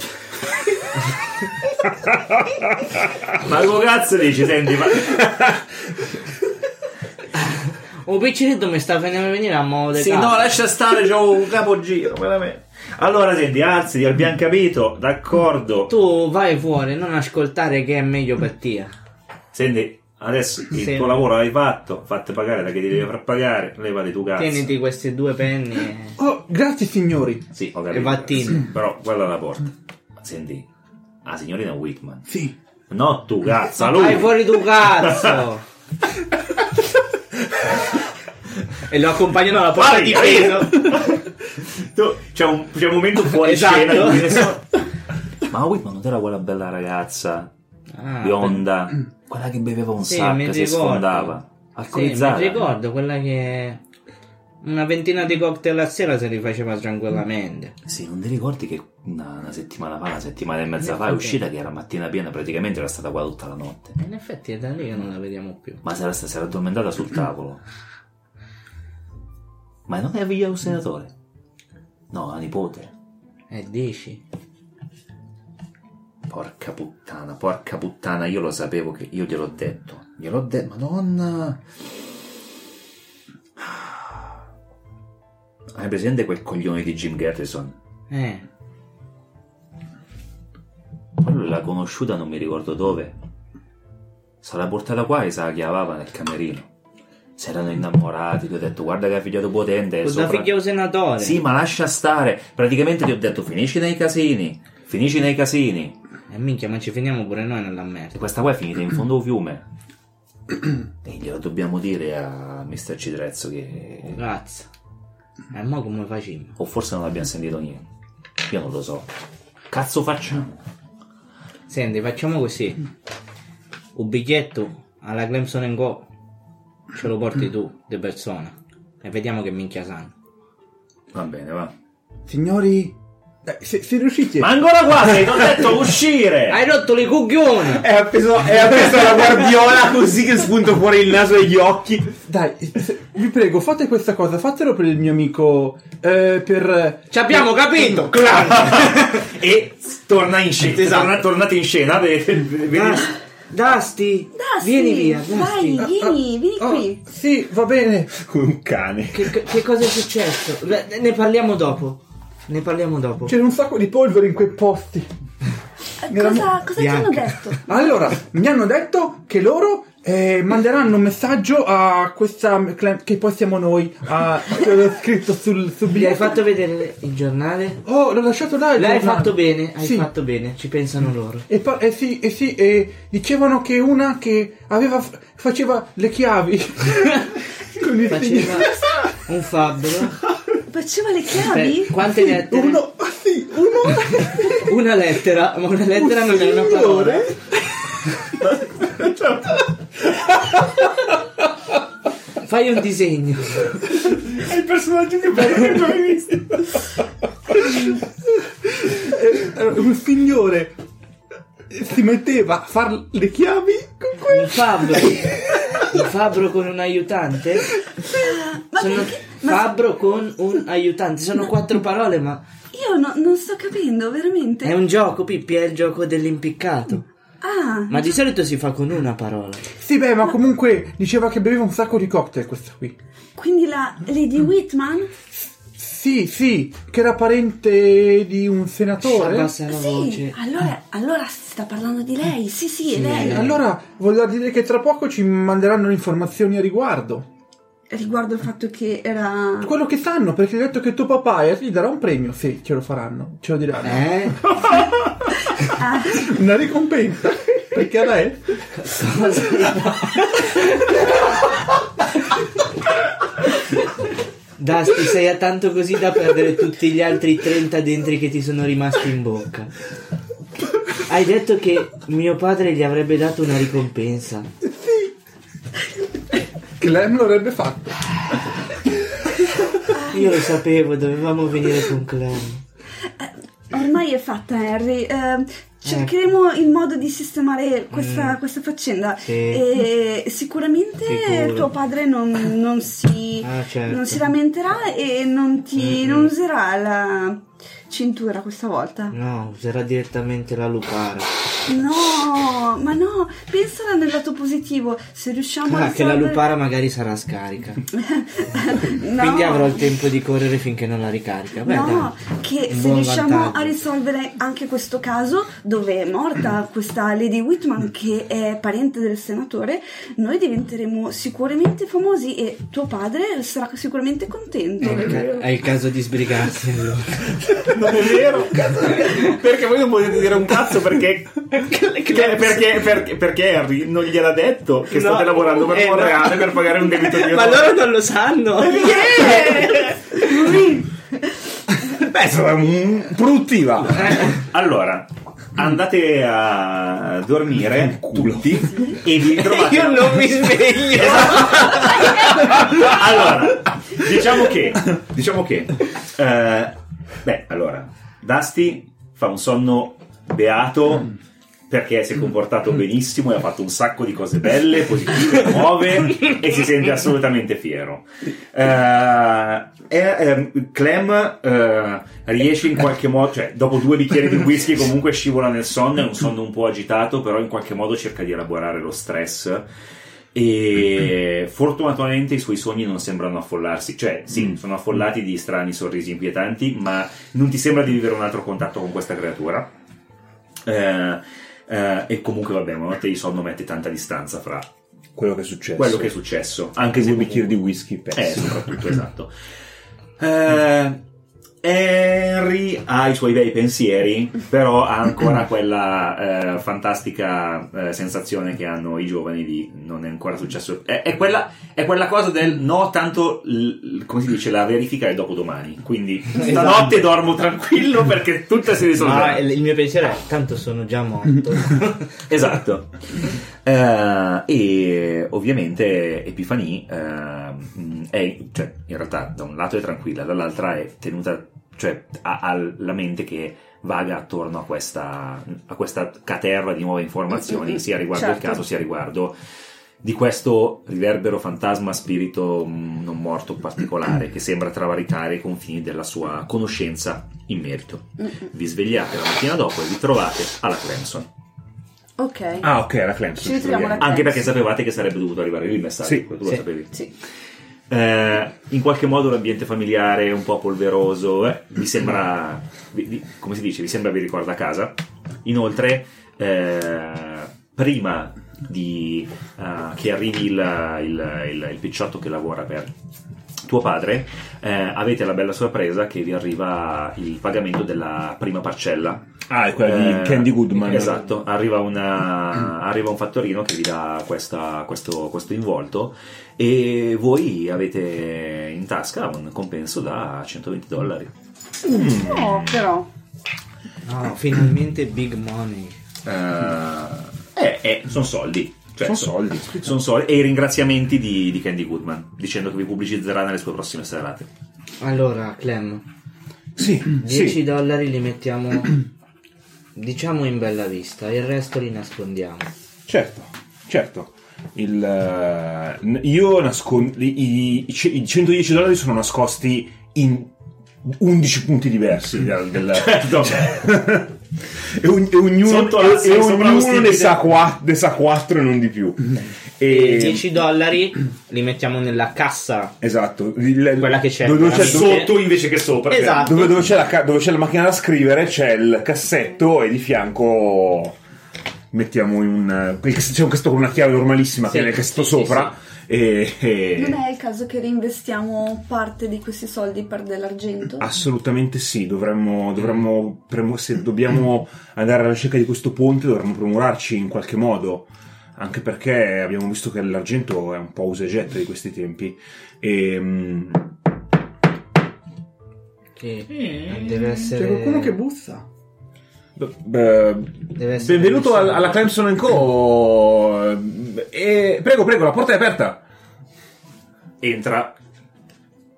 S1: <laughs> ma tuo cazzo dici, senti, ma...
S3: Oh, picciretto mi sta venendo a venire a modo del
S1: Sì,
S3: cazzo.
S1: no, lascia stare, c'ho un capogiro, veramente. Allora, senti, alzati, abbiamo capito, d'accordo.
S3: Tu vai fuori, non ascoltare che è meglio per te.
S1: Senti, adesso il
S3: Sì.
S1: tuo lavoro l'hai fatto, fate pagare da che ti deve far pagare, levati tu cazzo.
S3: Tieniti questi due penni. e-
S2: Oh, grazie signori.
S1: Sì, ho capito.
S3: E vattini.
S1: Sì, Però guarda la porta. Senti, la signorina Whitman.
S2: Sì.
S1: No, tu cazzo, a
S3: Vai
S1: lui.
S3: fuori tu cazzo! e lo accompagnano alla porta
S1: Vai,
S3: di
S1: vai.
S3: peso.
S1: Tu- c'è, un, c'è un momento fuori
S3: Esatto.
S1: scena. in cui nessuno-
S3: <laughs>
S1: Ma Whitman non era quella bella ragazza,
S3: Ah,
S1: bionda,
S3: <clears throat>
S1: quella che beveva un
S3: Sì, mi
S1: sacco, si
S3: ricordo.
S1: sfondava.
S3: Sì, mi
S1: Alcolizzata.
S3: ricordo quella che una ventina di cocktail al sera se li faceva tranquillamente.
S1: Sì, non ti ricordi che una, una settimana fa, una settimana e mezza fa è uscita che era mattina piena, praticamente era stata qua tutta la notte.
S3: In effetti è da lì che non la vediamo più.
S1: Ma se era, si era addormentata sul tavolo. Ma non è via un senatore? No, la nipote.
S3: E Eh, dici?
S1: Porca puttana, porca puttana, io lo sapevo che io gliel'ho detto. Gliel'ho detto, madonna. Hai presente quel coglione di Jim Garrison?
S3: Eh,
S1: Quello l'ha conosciuta non mi ricordo dove. Se l'ha portata qua e se la chiavava nel camerino. Si erano innamorati, gli ho detto guarda che ha figliato potente. è
S3: cosa
S1: sopra-
S3: figlio senatore?
S1: Sì, ma lascia stare. Praticamente ti ho detto finisci nei casini. Finisci nei casini.
S3: E Eh, minchia, ma ci finiamo pure noi nella
S1: E
S3: merda.
S1: questa qua è finita in fondo al fiume. E glielo dobbiamo dire a Mr. Cidrezzo che...
S3: Grazie. E Eh, mo come facciamo?
S1: O forse non abbiamo sentito niente. Io non lo so. Cazzo facciamo?
S3: Senti, facciamo così.
S2: Mm.
S3: Un biglietto alla Clemson Go ce lo
S2: Mm.
S3: porti tu, di persona. E vediamo che minchia sanno.
S1: Va bene, va.
S2: Signori, dai, se, se riuscite...
S1: Ma ancora qua sei, ti ho detto uscire!
S3: Hai rotto le coglioni!
S2: Eh,
S8: È appeso, è appeso alla guardiola così che spunta fuori il naso e gli occhi.
S2: Dai, <laughs> se- vi prego, fate questa cosa, fatelo per il mio amico. eh, per.
S3: Ci abbiamo capito!
S1: e torna in scena.
S8: Esatto.
S1: Torna- tornate in scena. Vedete, vedete.
S3: Dasti!
S4: Dai,
S3: Vieni
S4: sì,
S3: via!
S4: Dai,
S3: Dasti!
S4: vieni, vieni
S2: Oh,
S4: qui.
S2: sì, va bene.
S6: Come un cane.
S3: Che, che- che cosa è successo? Ne ne parliamo dopo. Ne parliamo dopo.
S2: C'era un sacco di polvere in quei posti.
S4: Eh,
S2: Era-
S4: Cosa, cosa ti hanno detto?
S2: Allora, mi hanno detto che loro eh, manderanno un messaggio a questa. clan- che poi siamo noi. A, che l'ho scritto sul, sul
S3: Gli hai
S2: biglietto.
S3: fatto vedere il giornale?
S2: Oh, l'ho lasciato là. il
S3: L'hai
S2: giornale.
S3: fatto bene, hai
S2: Sì.
S3: fatto bene, ci pensano loro.
S2: E, pa- eh sì, eh sì, eh, dicevano che una che aveva. f- faceva le
S3: <laughs>
S2: chiavi. Con il
S3: Faceva
S2: segno-
S3: un fabbro.
S4: Faceva le chiavi?
S3: Per- quante lettere?
S2: Ah, Uno. ah, sì, uno.
S3: Una lettera, ma una lettera non è una parola.
S2: signore.
S3: Fai un disegno.
S2: Allora, Eh, un signore si metteva a far le chiavi con
S3: Un fabbro. Un fabbro con un aiutante? Sono fabbro con un aiutante. Sono quattro parole, ma
S4: Io no- non sto capendo, veramente.
S3: è un gioco, Pippi, è il gioco dell'impiccato.
S4: Ah,
S3: Ma di solito si fa con una parola.
S2: <laughs> Sì, beh, ma comunque diceva che beveva un sacco di cocktail questa qui.
S4: quindi la Lady
S3: Mm.
S4: Whitman?
S2: Sì, sì, che era parente di un senatore.
S3: Abbassa la
S4: Sì,
S3: voce. Ah.
S4: allora, allora si sta parlando di lei. Sì, sì, è
S2: E
S4: lei.
S2: Allora, voglio dire che tra poco ci manderanno le informazioni a riguardo.
S4: Riguardo il fatto che era...
S2: Quello che sanno, perché gli ho detto che tuo papà eh, gli darà un premio, sì, ce lo faranno, ce lo diranno.
S3: Eh?
S4: Ah,
S2: Una ricompensa, <laughs> perché a lei...
S3: Dusty, sei a tanto così da perdere tutti gli altri 30 dentri che ti sono rimasti in bocca. Hai detto che mio padre gli avrebbe dato una ricompensa.
S2: Clem lo avrebbe fatto.
S3: Io lo sapevo, dovevamo venire con Clem.
S4: Ormai è fatta, Harry. Eh, cercheremo il modo di sistemare questa, questa faccenda.
S3: Eh. Mm. Sì.
S4: E sicuramente
S3: Sicuro.
S4: tuo padre non, non
S3: <laughs>
S4: si,
S3: Ah, certo.
S4: non si lamenterà e non ti non userà la cintura questa volta.
S3: No, userà direttamente la lupara.
S4: No, ma no, pensala nel lato positivo. Se riusciamo a
S3: Ah, che la
S4: risolvere-
S3: lupara magari sarà scarica.
S4: No.
S3: Quindi avrò il tempo di correre finché non la ricarica. Beh,
S4: no,
S3: dai.
S4: che
S3: Un
S4: se
S3: buon
S4: riusciamo
S3: vantaggio.
S4: a risolvere anche questo caso dove è morta questa Lady Whitman che è parente del senatore, noi diventeremo sicuramente famosi e tuo padre sarà sicuramente contento.
S3: È il ca- È il caso di sbrigarsi allora.
S8: Non è vero. perché voi non potete dire un cazzo perché. perché, perché, perché- perché Harry non gliel'ha detto che state lavorando per
S3: eh,
S8: un
S3: no.
S8: reale per pagare un debito di
S3: Ma loro non lo sanno.
S6: Beh, sarà un- Ehm, produttiva.
S1: Allora, andate a dormire tutti e vi ritrovate.
S3: <laughs> Io non mi sveglio.
S1: allora, diciamo che, diciamo che, eh, beh, allora, Dusty fa un sonno beato perché si è comportato benissimo e ha fatto un sacco di cose belle, positive, nuove e si sente assolutamente fiero. Eh, e, ehm, Clem eh, riesce in qualche modo, cioè dopo due bicchieri di whisky comunque scivola nel sonno, è un sonno un po' agitato, però in qualche modo cerca di elaborare lo stress e fortunatamente i suoi sogni non sembrano affollarsi, cioè sì, sono affollati di strani sorrisi inquietanti, ma non ti sembra di vivere un altro contatto con questa creatura. Eh, eh, e comunque vabbè, una notte di sonno mette tanta distanza fra
S6: Quello che è successo.
S1: quello che è successo, anche
S6: Anche
S1: se
S6: due bicchieri di
S1: comunque-
S6: whisky,
S1: eh,
S6: pezzi.
S3: <laughs>
S1: soprattutto, esatto. Eh, Harry ha i suoi bei pensieri, però ha ancora quella eh, fantastica eh, sensazione che hanno i giovani di non è ancora successo. È, è quella, è quella cosa del no, tanto l- l- come si dice, la verifica è dopodomani.
S3: <laughs>
S1: Quindi stanotte dormo tranquillo perché tutto si risolverà.
S3: Esatto. Ma il il mio pensiero è tanto sono già
S6: <laughs>
S3: morto.
S1: Esatto. Eh, e ovviamente Epifanie eh, mh, è, cioè, in realtà da un lato è tranquilla, dall'altra è tenuta, cioè ha, ha la mente che vaga attorno a questa, a questa caterva di nuove informazioni, sia riguardo
S4: certo.
S1: il caso, sia riguardo di questo riverbero fantasma spirito mh, non morto particolare che sembra travalicare i confini della sua conoscenza in merito.
S4: Mm,
S1: Vi svegliate la mattina dopo e vi trovate alla Clemson.
S4: Ok.
S6: Ah, ok, la Clemson.
S4: Ci ritroviamo la
S1: Anche
S4: Penso.
S1: perché sapevate che sarebbe dovuto arrivare lì il messaggio,
S6: Sì,
S1: tu lo
S3: sì.
S1: sapevi.
S4: Sì.
S1: Eh, in qualche modo l'ambiente familiare un po' polveroso, eh, vi sembra, vi- vi- come si dice, vi sembra vi ricorda casa. Inoltre, eh, prima di, eh, che arrivi il, il- il- il picciotto che lavora per tuo padre, eh, avete la bella sorpresa che vi arriva il pagamento della prima parcella
S6: Ah, è quella
S1: eh,
S6: di Candy Goodman.
S1: Esatto, arriva, una- arriva un fattorino che vi dà questa- questo, questo involto e voi avete in tasca un compenso da 120 dollari.
S4: No, però.
S3: No, finalmente big money.
S1: eh, sono soldi. Cioè,
S6: Sono
S1: son-
S6: soldi.
S1: son soldi. E i ringraziamenti di, di Candy Goodman, dicendo che vi pubblicizzerà nelle sue prossime serate. <laughs>
S3: Allora, Clem,
S6: Sì,
S3: 10
S6: sì.
S3: dollari li mettiamo diciamo in bella vista, il resto li nascondiamo.
S6: Certo, certo. Il, eh, n- io nascondo. I, i- i 110 dollari sono nascosti in 11 punti diversi.
S1: <laughs>
S6: Del, del- Cioè, e, ogn- e ognuno,
S1: Sotto la-
S6: e- e
S1: sì, sopra la
S6: ognuno ne,
S1: stipite.
S6: sa qua- ne sa 4 e non di più.
S1: Mm-hmm.
S3: E
S6: E,
S3: 10 dollari li mettiamo nella cassa.
S6: esatto. il-
S3: Quella che c'è,
S6: Dove, dove
S3: quella
S6: c'è,
S3: sotto.
S1: invece che sopra.
S3: Esatto.
S6: dove- dove c'è la, ca- dove c'è la macchina da scrivere c'è il cassetto e di fianco mettiamo un eh, c'è un cassetto con una chiave normalissima
S3: Sì,
S6: che è nel cassetto
S3: sì, sì,
S6: sopra e- e-
S4: Non è il caso che reinvestiamo parte di questi soldi per dell'argento?
S6: Ah. Assolutamente sì, dovremmo, dovremmo premo- se dobbiamo andare alla ricerca di questo ponte dovremmo premurarci in qualche modo, anche perché abbiamo visto che l'argento è un po' usa e getta di questi tempi. E, mm,
S3: Che deve essere
S2: C'è qualcuno che bussa.
S6: b- b-
S3: deve essere
S6: benvenuto
S3: messo-
S6: al- alla Clemson Co. E, prego, prego, la porta è aperta.
S1: Entra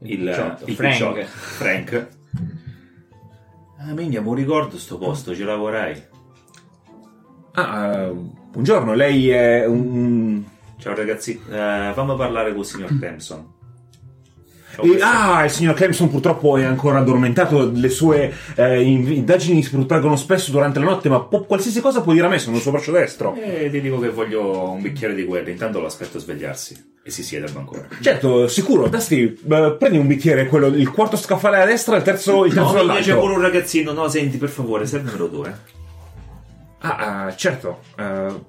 S1: il,
S3: Picciotto,
S1: il
S3: Frank.
S1: picciotto, Frank. Ah, minchia, mi ricordo sto posto, ci lavorai.
S6: Ah, eh, buongiorno, lei è un...
S1: Ciao ragazzi, eh, fammi parlare col signor Thompson. Ciao,
S6: Eh,
S1: questo-
S6: ah, il signor Clemson purtroppo è ancora addormentato, le sue eh, in- indagini si protraggono spesso durante la notte, ma po- qualsiasi cosa può dire a me, sono il suo braccio destro.
S1: E Eh, ti dico che voglio un bicchiere di guerra, intanto lo aspetto svegliarsi e si siede al bancone.
S6: Certo, sicuro, Dusty, eh, prendi un bicchiere, quello, il quarto scaffale a destra e il terzo, il terzo
S1: No, mi
S6: dall'alto.
S1: c'è pure un ragazzino, no, senti, per favore, servimelo tu, eh.
S6: Ah, ah, certo, eh,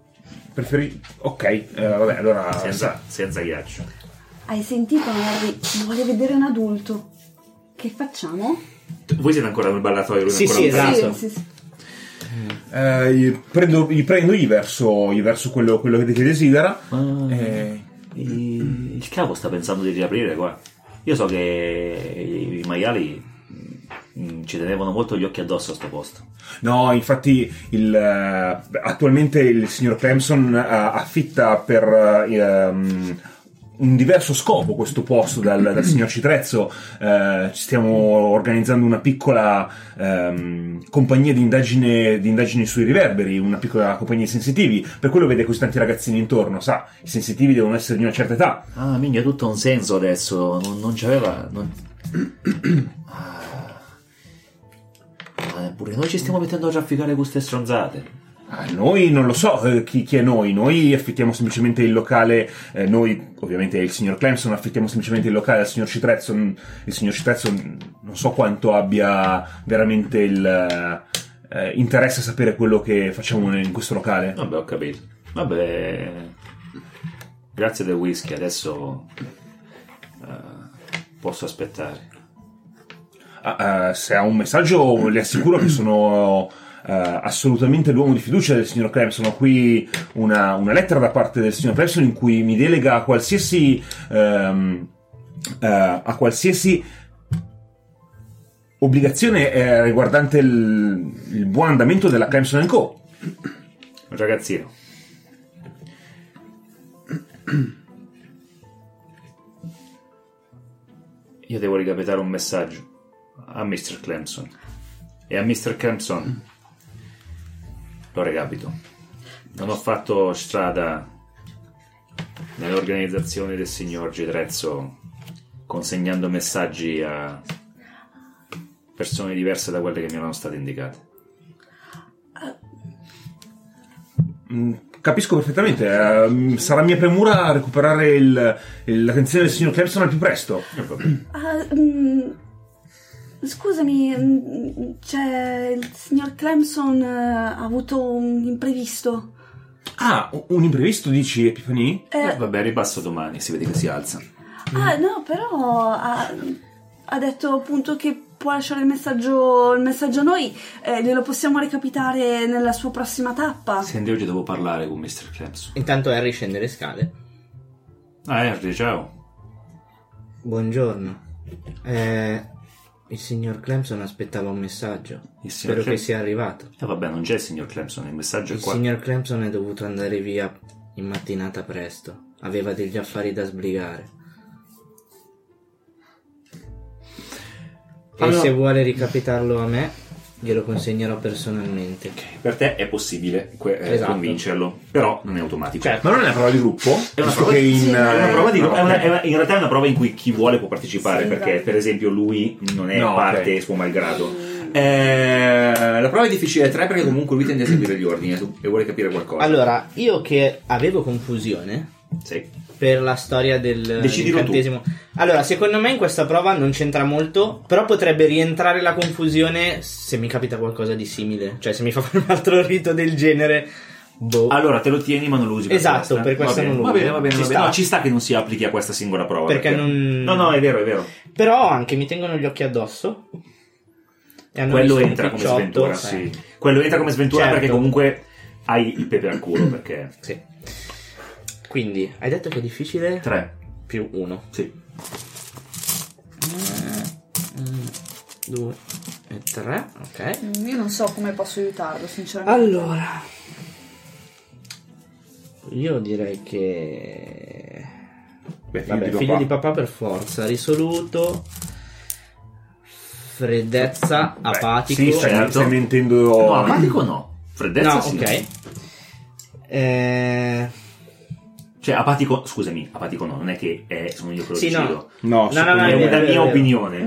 S6: preferi... ok, eh, vabbè, allora...
S1: Senza, senza ghiaccio.
S4: Hai sentito, Harry? Vuole vedere un adulto. Che facciamo?
S1: Voi siete ancora nel ballatoio? lui è
S9: Sì,
S1: ancora
S9: sì,
S1: un
S9: esatto.
S1: pezzo.
S4: Sì, sì, sì.
S6: Eh, gli prendo, gli prendo, gli verso, gli verso quello, quello che che desidera. eh,
S1: Il il capo sta pensando di riaprire qua. Io so che i i maiali mm, ci tenevano molto gli occhi addosso a sto posto.
S6: No, infatti il, eh, attualmente il signor Clemson eh, affitta per eh, ehm, un diverso scopo questo posto dal, dal signor Citrezzo. Eh, ci stiamo organizzando una piccola ehm, compagnia di indagine, di indagini sui riverberi, una piccola compagnia di sensitivi. Per quello vede così tanti ragazzini intorno, sa, i sensitivi devono essere di una certa età.
S1: Ah, minchia, tutto ha un senso adesso. Non, non c'aveva. Non... Ah. Ah, Pure noi ci stiamo mettendo a trafficare con queste stronzate.
S6: Ah, Noi non lo so eh, chi, chi è noi, noi affittiamo semplicemente il locale, eh, noi ovviamente il signor Clemson affittiamo semplicemente il locale al signor Citrezzo, Mm, n- il signor Citrezzo n- non so quanto abbia veramente il, eh, interesse a sapere quello che facciamo nel- in questo locale.
S1: Vabbè, ho capito. Vabbè. Grazie del whisky, adesso. eh, posso aspettare.
S6: Ah, eh, se ha un messaggio le assicuro che sono eh, assolutamente l'uomo di fiducia del signor Clemson. Ho qui una, una lettera da parte del signor Clemson in cui mi delega a qualsiasi ehm, eh, a qualsiasi obbligazione eh, riguardante il, il buon andamento della Clemson Co.
S1: Un ragazzino. Io devo ricapitare un messaggio a Mr. Clemson. E a Mr. Clemson lo recapito. Non ho fatto strada nell'organizzazione del signor Gedrezzo consegnando messaggi a persone diverse da quelle che mi erano state indicate.
S6: Mm, Capisco perfettamente, ehm, sarà mia premura recuperare il- il- l'attenzione del signor Clemson al più presto.
S1: E vabbè.
S4: Ah, mm, scusami, mm, c'è il signor Clemson eh, ha avuto un imprevisto.
S6: Ah, un imprevisto dici, Epifani?
S4: Eh,
S1: Eh, vabbè, ripasso domani, si vede che si alza.
S4: Ah, no, però ha, ha detto appunto che può lasciare il messaggio, il messaggio a noi, eh, glielo possiamo recapitare nella sua prossima tappa.
S1: Senti, oggi devo parlare con Mr. Clemson.
S9: Intanto Harry scende le scale.
S1: Ah, Henry, ciao.
S3: Buongiorno. Eh, il signor Clemson aspettava un messaggio.
S1: Il signor
S3: Spero che
S1: Clemson-
S3: sia arrivato.
S1: E Eh, vabbè, non c'è il signor Clemson, il messaggio è
S3: Il
S1: Cioè, qua.
S3: signor Clemson è dovuto andare via in mattinata presto. Aveva degli affari da sbrigare. E
S1: Allora-
S3: se vuole ricapitarlo a me, glielo consegnerò personalmente.
S1: Per te è possibile que- eh,
S3: Esatto. Certo.
S1: convincerlo, però non è automatico.
S6: Ma non è una prova di gruppo?
S1: È una
S6: Visto
S1: prova-
S6: che in,
S4: sì,
S1: È una prova di-
S6: no,
S1: è una-
S6: ok.
S1: è una- in realtà è una prova in cui chi vuole può partecipare,
S4: Sì,
S1: perché
S4: esatto.
S1: per esempio lui non è
S6: No,
S1: parte
S6: ok.
S1: suo malgrado. Eh, la prova è difficile a tre perché comunque lui tende a seguire gli ordini e tu- e vuole capire qualcosa.
S3: Allora, io che avevo confusione
S1: Sì.
S3: per la storia del
S1: Decidilo
S3: incantesimo. Allora, secondo me in questa prova non c'entra molto, però potrebbe rientrare la confusione se mi capita qualcosa di simile, cioè se mi fa fare un altro rito del genere. Boh.
S1: Allora te lo tieni ma non lo usi per
S3: Esatto,
S1: questa.
S3: per questa
S1: Va bene,
S3: non lo
S1: Va
S3: uso.
S1: bene, va bene,
S3: Ci
S1: va bene.
S3: sta.
S1: No, ci sta che non si applichi a questa singola prova.
S3: Perché non-
S1: No, no, è vero, è vero.
S3: Però anche mi tengono gli occhi addosso. E hanno
S1: quello
S3: visto un
S1: entra come
S3: picciotto,
S1: sventura,
S3: eh.
S1: sì. Quello entra come sventura
S3: Certo.
S1: perché comunque hai il pepe al culo perché
S3: Sì. Quindi, hai detto che è difficile?
S1: 3.
S3: più 1.
S1: Sì.
S3: 2 Mm, e 3, ok.
S4: Mm, Io non so come posso aiutarlo, sinceramente.
S3: Allora, io direi che.
S6: Beh, figlio
S3: Vabbè,
S6: di
S3: figlio
S6: papà.
S3: di papà per forza, risoluto. freddezza, apatico.
S6: Sì, stai,
S10: certo.
S6: stai mentendo.
S10: No, apatico no. Freddezza
S3: no,
S10: sì.
S3: ok. Eh,
S1: Cioè, apatico, scusami, apatico no, non è che è, sono io quello
S3: Sì,
S1: che
S3: no.
S1: decido.
S6: No,
S3: No, no, no,
S1: È
S3: è
S1: una
S3: vero, è
S1: mia
S3: vero.
S1: opinione.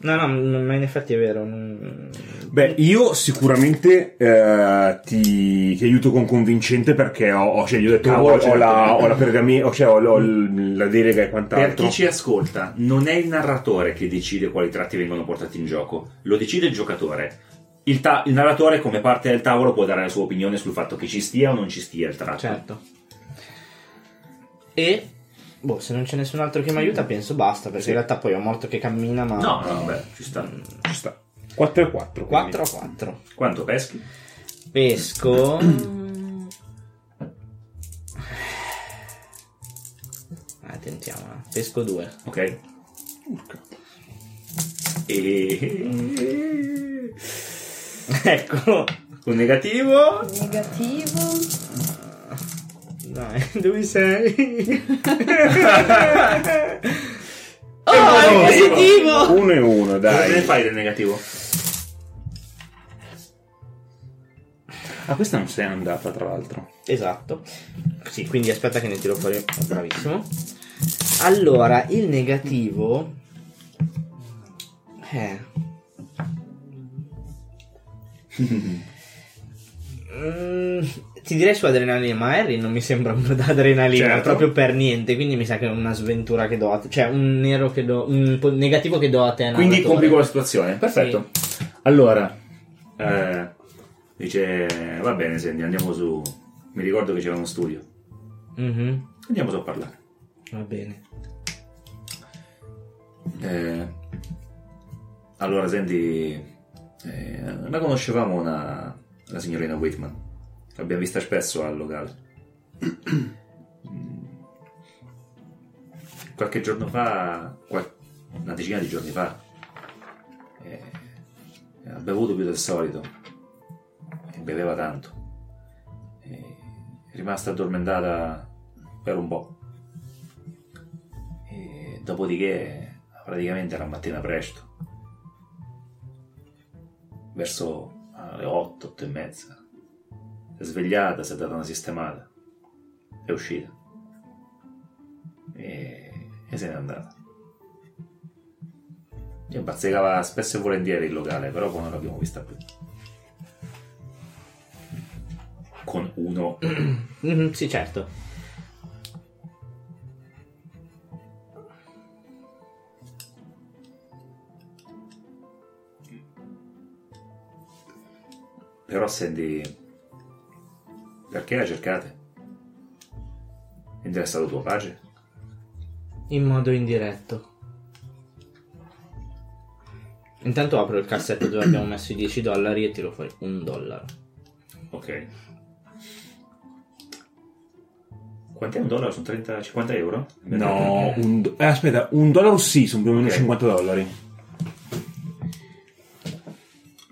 S3: No, no, m- ma in effetti è vero. non-
S6: Beh, io sicuramente eh, ti, ti aiuto con convincente perché ho, ho- cioè, gli ho detto
S1: Cavolo,
S6: ho, ho la,
S1: certo.
S6: ho la pergamena, cioè, ho, ho l- la delega e
S1: Per
S6: quant'altro.
S1: chi ci ascolta, non è il narratore che decide quali tratti vengono portati in gioco, lo decide il giocatore. Il, ta- il narratore, come parte del tavolo, può dare la sua opinione sul fatto che ci stia o non ci stia il tratto.
S3: Certo. E... Boh, se non c'è nessun altro che mi aiuta, penso basta, perché in realtà poi ho morto che cammina, ma...
S1: No, no, vabbè, ci sta.
S6: Ci sta. 4 e 4.
S3: 4 a 4.
S1: Quanto peschi?
S3: Pesco... Ah, tentiamola. Pesco 2. <laughs>
S1: Ok. E...
S3: Eccolo.
S1: Un negativo.
S4: Negativo.
S3: Dai, dove
S1: <laughs>
S3: sei?
S4: Oh, è positivo!
S6: 1 e 1,
S1: Cosa ne
S6: dai.
S1: fai del negativo?
S6: Ah, questa non sei andata, tra l'altro.
S3: Esatto. Sì, quindi aspetta che ne tiro fuori. Bravissimo. Allora, il negativo... Eh. Mm, ti direi su adrenalina, ma Harry non mi sembra uno da adrenalina
S1: Certo.
S3: proprio per niente. Quindi mi sa che è una sventura che do a te. Cioè, un nero che do. Un po- negativo che do a te.
S1: Quindi
S3: narratore.
S1: complico la situazione. Perfetto. Allora, eh, dice, va bene, senti, andiamo su... Mi ricordo che c'era uno studio.
S3: Mhm,
S1: Andiamo su a parlare.
S3: Va bene.
S1: Eh, allora, senti, eh, la conoscevamo una, la signorina Whitman. L'abbiamo vista spesso al locale. Mm. Qualche giorno fa, qual- una decina di giorni fa, eh, ha bevuto più del solito. E beveva tanto. E è rimasta addormentata per un po'. E dopodiché, praticamente la mattina presto, verso ah, le 8, 8 e mezza, si è svegliata, si è data una sistemata, è uscita e, e se n'è andata. E bazzicava spesso e volentieri il locale, però poi non l'abbiamo vista più. Con uno
S3: Mhm, sì, certo.
S1: Però Sandy, perché la cercate? È interessato tuo padre?
S3: In modo indiretto. Intanto apro il cassetto dove abbiamo messo i 10 dollari e tiro fuori un dollaro.
S1: Ok. Quanti è un dollaro? Sono 30, 50 euro?
S6: No, un do- eh, aspetta, un dollaro sì, sono più o meno
S1: Ok.
S6: 50 dollari.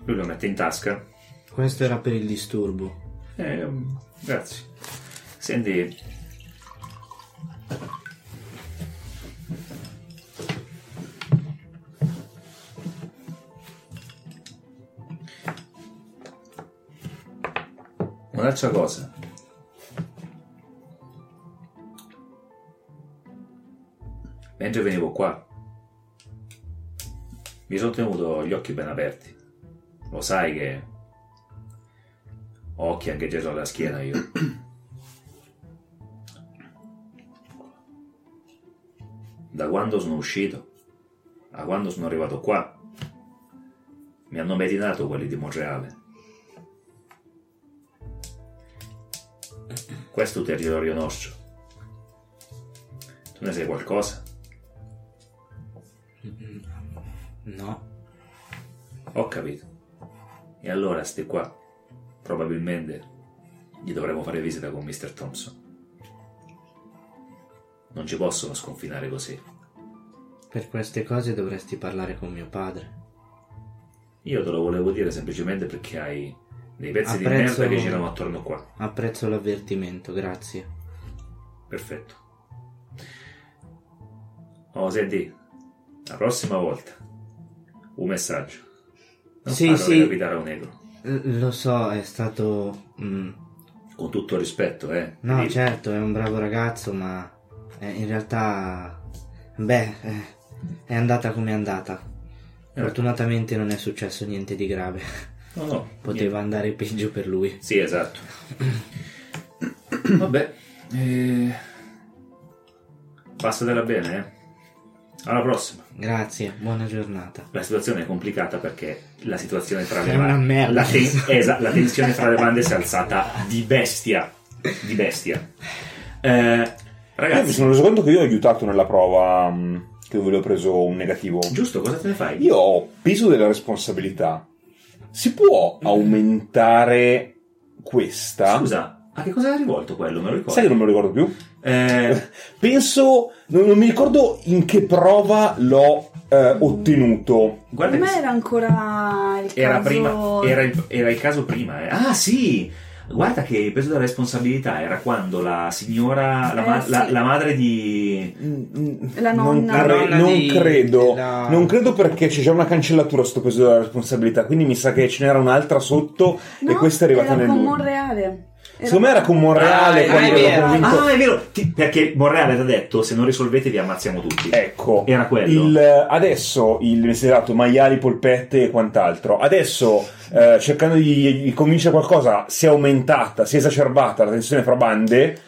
S1: Lui lo mette in tasca.
S3: Questo era per il disturbo.
S1: Eh, grazie. Sandy... Un'altra cosa. Mentre venivo qua, mi sono tenuto gli occhi ben aperti. Lo sai che ho occhi anche dietro alla schiena io. Da quando sono uscito, a quando sono arrivato qua, mi hanno meditato quelli di Montreale. Questo è un territorio nostro. Tu ne sai qualcosa?
S3: No.
S1: Ho capito. E allora, sti qua, probabilmente gli dovremo fare visita con Mr. Thompson. Non ci possono sconfinare così.
S3: Per queste cose dovresti parlare con mio padre.
S1: Io te lo volevo dire semplicemente perché hai dei pezzi
S3: Apprezzo-
S1: di merda che girano attorno qua.
S3: Apprezzo l'avvertimento, grazie.
S1: Perfetto. Oh, senti, la prossima volta un messaggio. Non
S3: Sì,
S1: farlo
S3: sì.
S1: recapitare a un negro.
S3: L- Lo so, è stato... mm,
S1: Con tutto il rispetto, eh.
S3: No,
S1: Quindi,
S3: certo, è un bravo ragazzo, ma eh, in realtà... Beh, eh, è andata come è andata. Fortunatamente non è successo niente di grave. <laughs>
S1: No,
S3: cioè,
S1: no,
S3: Poteva andare peggio per lui.
S1: Sì, esatto. Vabbè. eh, Passatela bene, eh. Alla prossima.
S3: Grazie, buona giornata.
S1: La situazione è complicata perché la situazione tra
S3: È
S1: le
S3: una
S1: bande.
S3: merda.
S1: La, ten- esa- la tensione tra le bande si è alzata di bestia. Di bestia. Eh,
S6: Io mi
S1: ragazzi,
S6: sono reso conto che io ho aiutato nella prova mm, che avevo preso un negativo.
S1: giusto, cosa te ne fai?
S6: Io ho peso della responsabilità. Si può aumentare questa?
S1: Scusa, a che cosa era rivolto quello? Me lo ricordo.
S6: Sai che non me lo ricordo più?
S1: Eh,
S6: Penso, non, non mi ricordo in che prova l'ho eh, ottenuto.
S1: guarda,
S4: me era ancora il
S1: era,
S4: caso...
S1: prima, era, il, era il caso prima. eh. Ah, sì! Guarda che il peso della responsabilità era quando la signora, la,
S4: Eh,
S1: ma- la-
S4: sì.
S1: la madre di...
S4: La
S6: Non,
S4: nonna.
S6: cre- non
S3: di-
S6: credo,
S3: della-
S6: non credo perché c'è già una cancellatura sto peso della responsabilità, quindi mi sa che ce n'era un'altra sotto e
S4: No,
S6: questa è arrivata
S4: era
S6: nel
S4: con
S6: nulla.
S4: Monreale. Era-
S6: Secondo me era con Monreale
S1: Ah, è
S6: quando ero
S1: vero.
S6: convinto.
S1: Ah, è vero! Ti- perché Morreale ti ha detto, se non risolvete vi ammazziamo tutti.
S6: Ecco,
S1: Era quello.
S6: il, adesso il desiderato maiali, polpette e quant'altro. Adesso eh, cercando di, di convincere qualcosa si è aumentata, si è esacerbata la tensione fra bande.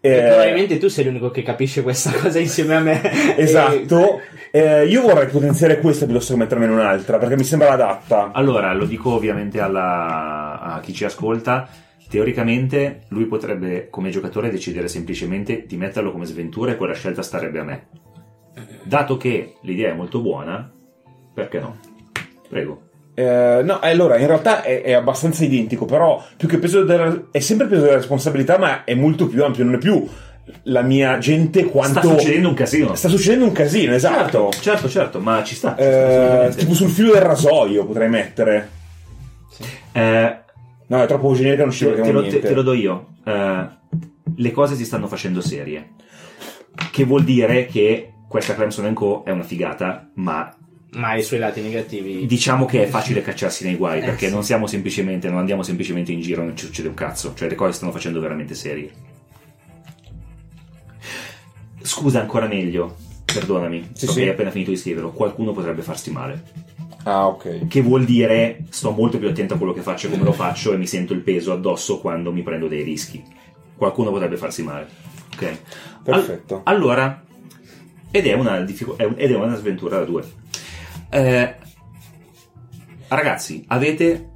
S11: E
S6: eh,
S11: probabilmente tu sei l'unico che capisce questa cosa insieme a me.
S6: <laughs> esatto. Eh, io vorrei potenziare questa piuttosto che mettermene un'altra perché mi sembra adatta.
S1: Allora, lo dico ovviamente alla- a chi ci ascolta. Teoricamente lui potrebbe, come giocatore, decidere semplicemente di metterlo come sventura e quella scelta starebbe a me. Dato che l'idea è molto buona, perché no? Prego.
S6: Eh, no, allora in realtà è, è abbastanza identico, però più che peso della, è sempre peso della responsabilità, ma è molto più ampio, non è più la mia gente quanto
S1: Sta succedendo un casino.
S6: sta succedendo un casino, esatto.
S1: Certo, certo, ma ci sta. ci sta,
S6: Eh,
S1: assolutamente.
S6: tipo sul filo del rasoio potrei mettere.
S1: Eh,
S6: No, è troppo generica, non ci
S1: te, te
S6: vediamo
S1: lo, te-
S6: niente.
S1: te lo do io. Eh, le cose si stanno facendo serie. Che vuol dire che questa Clemson Co. è una figata, ma
S11: Ma i suoi lati negativi.
S1: diciamo che è facile cacciarsi nei guai perché non siamo semplicemente non andiamo semplicemente in giro e non ci succede un cazzo cioè le cose stanno facendo veramente serie scusa ancora meglio perdonami
S6: Sì,
S1: so
S6: sì.
S1: che hai appena finito di scriverlo qualcuno potrebbe farsi male
S6: Ah, ok.
S1: che vuol dire sto molto più attento a quello che faccio e come lo faccio e mi sento il peso addosso quando mi prendo dei rischi qualcuno potrebbe farsi male ok
S6: Perfetto.
S1: Al- allora ed è una diffico- è un- ed è una sventura da due Eh, ragazzi avete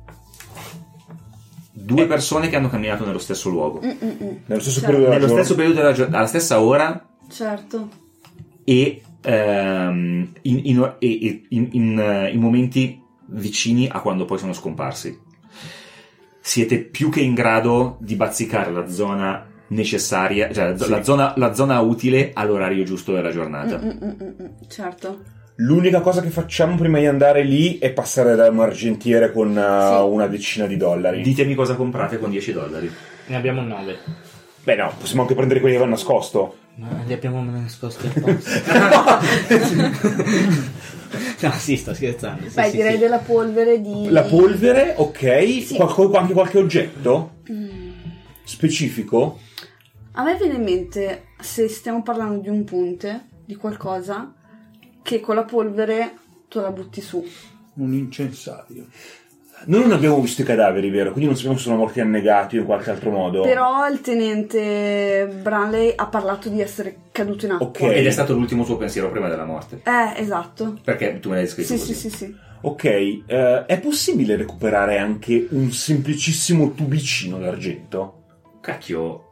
S1: due persone che hanno camminato nello stesso luogo
S4: Mm, mm, mm.
S6: Nello stesso
S4: Cioè,
S6: periodo della
S1: nello
S6: giornata.
S1: stesso periodo della giornata alla stessa ora
S4: Certo.
S1: e ehm, in, in- e- e- in- in, eh, in momenti vicini a quando poi sono scomparsi. Siete più che in grado di bazzicare la zona necessaria, cioè la, zo- la zona, la zona utile all'orario giusto della
S6: Ah,
S1: giornata.
S4: Mm, mm, mm, mm, mm. Certo.
S6: L'unica cosa che facciamo prima di andare lì è passare da un argentiere con eh,
S4: Sì.
S6: una decina di dollari.
S1: Ditemi cosa comprate con 10 dollari.
S11: Ne abbiamo nove.
S6: Beh, no, possiamo anche prendere quelli che vanno nascosto.
S11: Ma li abbiamo <laughs> nascosti apposta. no, sì, sto scherzando. Sì,
S12: Beh,
S11: sì,
S12: direi
S11: sì.
S12: della polvere di...
S6: La polvere, ok.
S12: Sì.
S6: Qualco- anche qualche oggetto specifico.
S4: Mm. A me viene in mente, se stiamo parlando di un ponte, di qualcosa, che con la polvere tu la butti su.
S13: Un incensario.
S6: Noi non abbiamo visto i cadaveri, vero? Quindi non sappiamo se sono morti annegati o in qualche altro modo.
S4: Però il tenente Branley ha parlato di essere caduto in acqua.
S6: Ok.
S1: Ed è stato l'ultimo suo pensiero prima della morte.
S4: Eh, esatto.
S1: Perché tu me l'hai scritto
S4: Sì,
S1: così.
S4: sì, sì, sì.
S6: Ok, eh, è possibile recuperare anche un semplicissimo tubicino d'argento?
S1: Cacchio,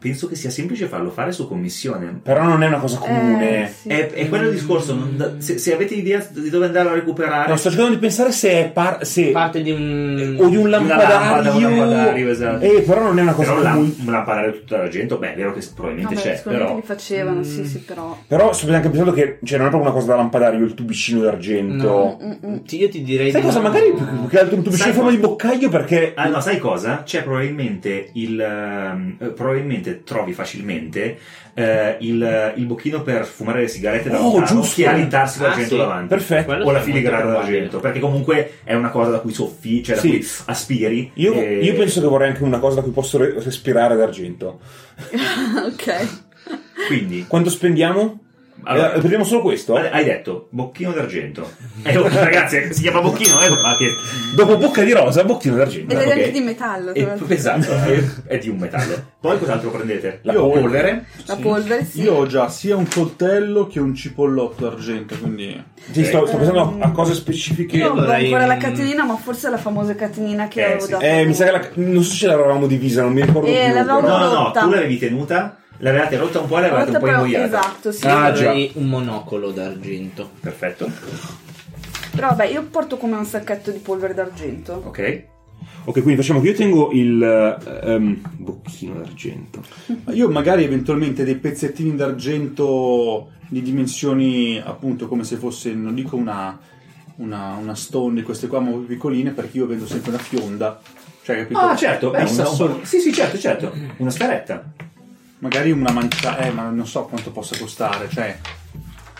S1: penso che sia semplice farlo fare su commissione.
S6: Però non è una cosa comune.
S4: Eh, sì.
S1: È, è quello il discorso, non da- se, se avete idea di dove andare a recuperare...
S6: No, sto cercando di pensare se è par- se-
S11: Parte di un...
S6: o di un
S1: Di una lampada,
S6: lampadario.
S1: un lampadario, esatto.
S6: Eh, però non è una cosa
S1: Però
S6: comune.
S1: la, lampadare tutta l'argento, beh, è vero che probabilmente
S4: Vabbè,
S1: c'è,
S4: sicuramente
S1: però
S4: li facevano, sì,
S6: Mm.
S4: sì, però...
S6: Però sto anche pensando che cioè, non è proprio una cosa da lampadario il tubicino d'argento.
S11: No.
S4: Mm, mm. <laughs>
S11: Ti- Io ti direi...
S6: Sai
S11: di
S6: cosa?
S11: no.
S6: Magari più, più che altro un tubicino
S1: Sai
S6: in forma
S1: cosa?
S6: di boccaglio perché...
S1: Ah, no, sai cosa? C'è probabilmente il ehm, eh, probabilmente probabilmente trovi facilmente eh, il, il bocchino per fumare le sigarette da
S14: Oh,
S1: lontano
S14: giusto.
S1: e alitarsi
S14: Ah,
S1: l'argento
S14: sì.
S1: davanti.
S14: Perfetto.
S1: O
S14: Quello
S1: la
S14: è molto
S1: filigrana
S14: probabile.
S1: d'argento, perché comunque è una cosa da cui soffi, cioè da
S14: Sì.
S1: cui aspiri. eh,
S14: Io,
S1: e-
S14: io penso che vorrei anche una cosa da cui posso re- respirare d'argento.
S4: ok.
S1: Quindi,
S14: Quanto spendiamo?
S1: Allora-
S14: Eh, prendiamo solo questo?
S1: hai detto bocchino d'argento. Eh, <laughs> oh, ragazzi, si chiama bocchino, eh? ma che...
S14: Dopo bocca di rosa, bocchino d'argento.
S4: Ed è
S1: Ok.
S4: anche di metallo. tra
S1: E-
S4: l'altro.
S1: esatto, è, è di un metallo. Poi cos'altro prendete?
S2: La Io ho polvere.
S4: La polvere, sì.
S2: Io ho già sia un coltello che un cipollotto argento, quindi...
S4: eh,
S14: Sì, sto, sto pensando a cose specifiche.
S4: Io ho ancora la catenina, ma forse la famosa catenina che avevo dato.
S14: Eh, mi sa che la, non so se l'avevamo divisa, non mi ricordo
S4: Eh,
S14: più.
S4: l'avevamo
S14: però-
S1: No, no, no,
S4: rotta.
S1: tu l'avevi tenuta, l'avevate rotta un po' e l'avevate
S4: Rotta
S1: un po'
S4: però-
S1: ingoiata.
S4: esatto, sì.
S3: Ah,
S1: già.
S3: un monocolo d'argento.
S1: Perfetto.
S4: Però vabbè, io porto come un sacchetto di polvere d'argento.
S1: Ok.
S14: Ok, quindi facciamo che io tengo il ehm, bocchino d'argento.
S2: Ma Io magari eventualmente dei pezzettini d'argento di dimensioni appunto come se fosse, non dico una, una, una stone di queste qua, ma più piccoline perché io vendo sempre una fionda. Cioè, capito?
S1: Ah, certo,
S2: È
S1: beh,
S2: un
S1: una-
S2: sassolino.
S1: sì, sì, certo, certo, una sferetta.
S2: Magari una mancia, eh, ma non so quanto possa costare, cioè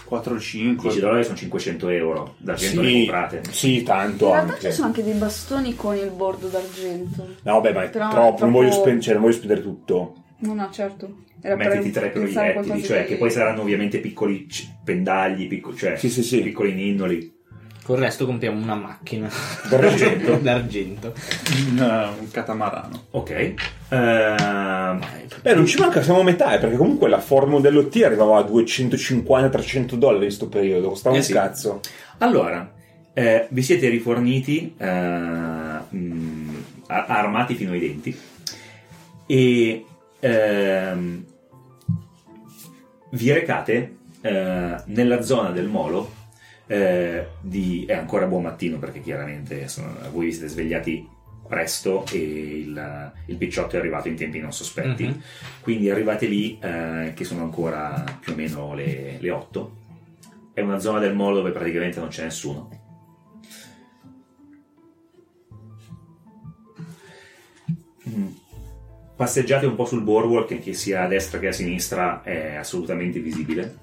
S2: 4 o 5.
S1: 10 dollari sono 500 euro, d'argento
S14: Sì.
S1: le comprate.
S14: Sì,
S4: In
S14: tanto
S4: realtà ci
S14: anche.
S4: sono anche dei bastoni con il bordo d'argento.
S14: No, vabbè, ma è
S4: Però
S14: troppo,
S4: è
S14: non
S4: troppo-
S14: voglio spendere, cioè, non voglio spendere tutto.
S4: No, no, certo. Era
S1: Mettiti
S4: per
S1: tre
S4: pensare a
S1: proiettili,
S4: qualcosa
S1: cioè
S4: di-
S1: che poi saranno ovviamente piccoli c- pendagli, picco- cioè
S14: Sì, sì, sì.
S1: piccoli ninnoli.
S3: Col resto compriamo una macchina
S11: <laughs>
S1: D'argento.
S3: d'argento.
S2: Un, eh, un catamarano.
S1: Ok. Ehm,
S14: Beh, non ci manca, siamo a metà, eh, perché comunque la Ford modello T arrivava a 250-300 dollari in sto periodo, costava
S1: Eh
S14: un
S1: sì.
S14: cazzo.
S1: allora, eh, vi siete riforniti eh, mh, a- armati fino ai denti e ehm, vi recate eh, nella zona del molo eh, di... è ancora buon mattino perché chiaramente sono- voi vi siete svegliati presto e il, il picciotto è arrivato in tempi non sospetti
S3: Mhm.
S1: quindi arrivate lì eh, che sono ancora più o meno le, le 8 è una zona del molo dove praticamente non c'è nessuno Mm. passeggiate un po' sul boardwalk che sia a destra che a sinistra è assolutamente visibile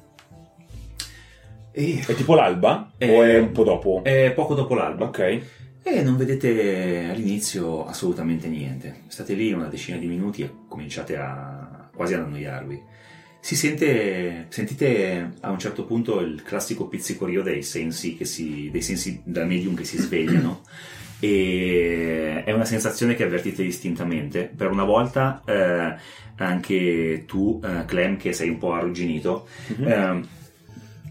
S1: e
S14: È tipo l'alba?
S1: Eh,
S14: o è un po' dopo?
S1: è Eh, poco dopo l'alba
S14: Ok.
S1: e non vedete all'inizio assolutamente niente. State lì una decina di minuti e cominciate a quasi ad annoiarvi. Si sente, sentite a un certo punto il classico pizzicorio dei sensi, che si, dei sensi da medium che
S14: <coughs>
S1: si svegliano e è una sensazione che avvertite distintamente. Per una volta eh, anche tu, eh, Clem, che sei un po' arrugginito, ehm,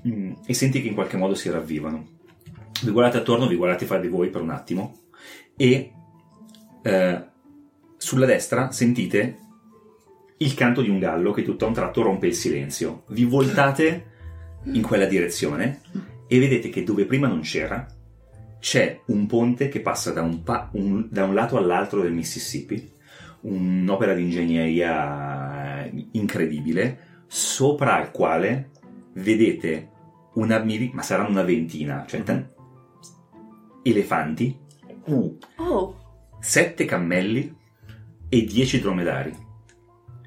S1: mm, e senti che in qualche modo si ravvivano. Vi guardate attorno, vi guardate fra di voi per un attimo e eh, sulla destra sentite il canto di un gallo che tutto a un tratto rompe il silenzio. Vi voltate in quella direzione e vedete che dove prima non c'era c'è un ponte che passa da un, pa- un- da un lato all'altro del Mississippi, un'opera di ingegneria eh, incredibile, sopra al quale vedete una mili- ma saranno una ventina, cioè tan- elefanti,
S4: Oh,
S1: sette cammelli e dieci dromedari.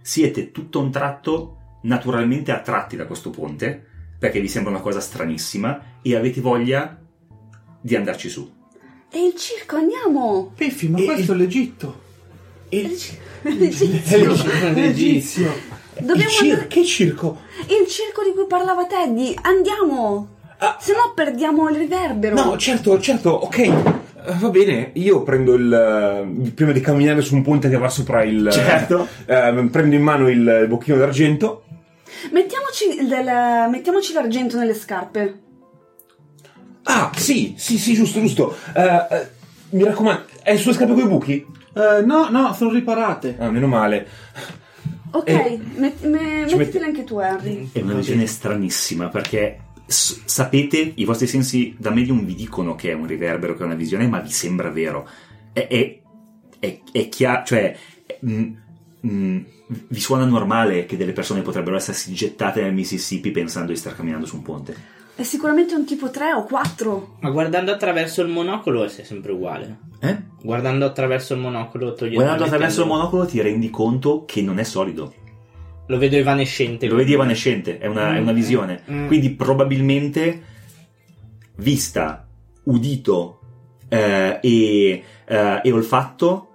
S1: Siete tutto un tratto naturalmente attratti da questo ponte, perché vi sembra una cosa stranissima e avete voglia di andarci su.
S4: è il circo, andiamo!
S2: Piffi, ma questo è l'Egitto.
S4: Il ci- <laughs> l'Egizio.
S2: L'Egizio.
S4: Dobbiamo andare-
S14: Che circo?
S4: il circo di cui parlava Teddy, andiamo! Se no perdiamo il riverbero.
S14: No, certo, certo, ok. Eh, Va bene, io prendo il. eh, prima di camminare su un ponte che va sopra il. eh,
S1: Certo.
S14: eh, prendo in mano il eh, bocchino d'argento.
S4: Mettiamoci, il del- mettiamoci l'argento nelle scarpe.
S14: Ah, sì, sì, sì, giusto, giusto. Eh, eh, mi raccomando, è sulle scarpe con i buchi?
S2: Eh, no, no, sono riparate.
S14: Ah, meno male.
S4: Ok,
S14: Eh,
S4: met- me-
S14: ci
S4: mettitele anche tu, Harry.
S1: È una visione stranissima perché s- sapete, i vostri sensi da medium vi dicono che è un riverbero, che è una visione, ma vi sembra vero. È, è, chiaro, cioè è- mm, mm, vi suona normale che delle persone potrebbero essersi gettate nel Mississippi pensando di star camminando su un ponte.
S4: È sicuramente un tipo 3 o 4.
S3: Ma guardando attraverso il monocolo è sempre uguale.
S1: Eh?
S3: Guardando attraverso il monocolo togliendo
S1: Guardando
S3: mettendo-
S1: attraverso il monocolo ti rendi conto che non è solido.
S3: Lo vedo evanescente.
S1: Lo vedi evanescente, è una, è una visione.
S3: Mm.
S1: Quindi probabilmente vista, udito eh, e, eh, e olfatto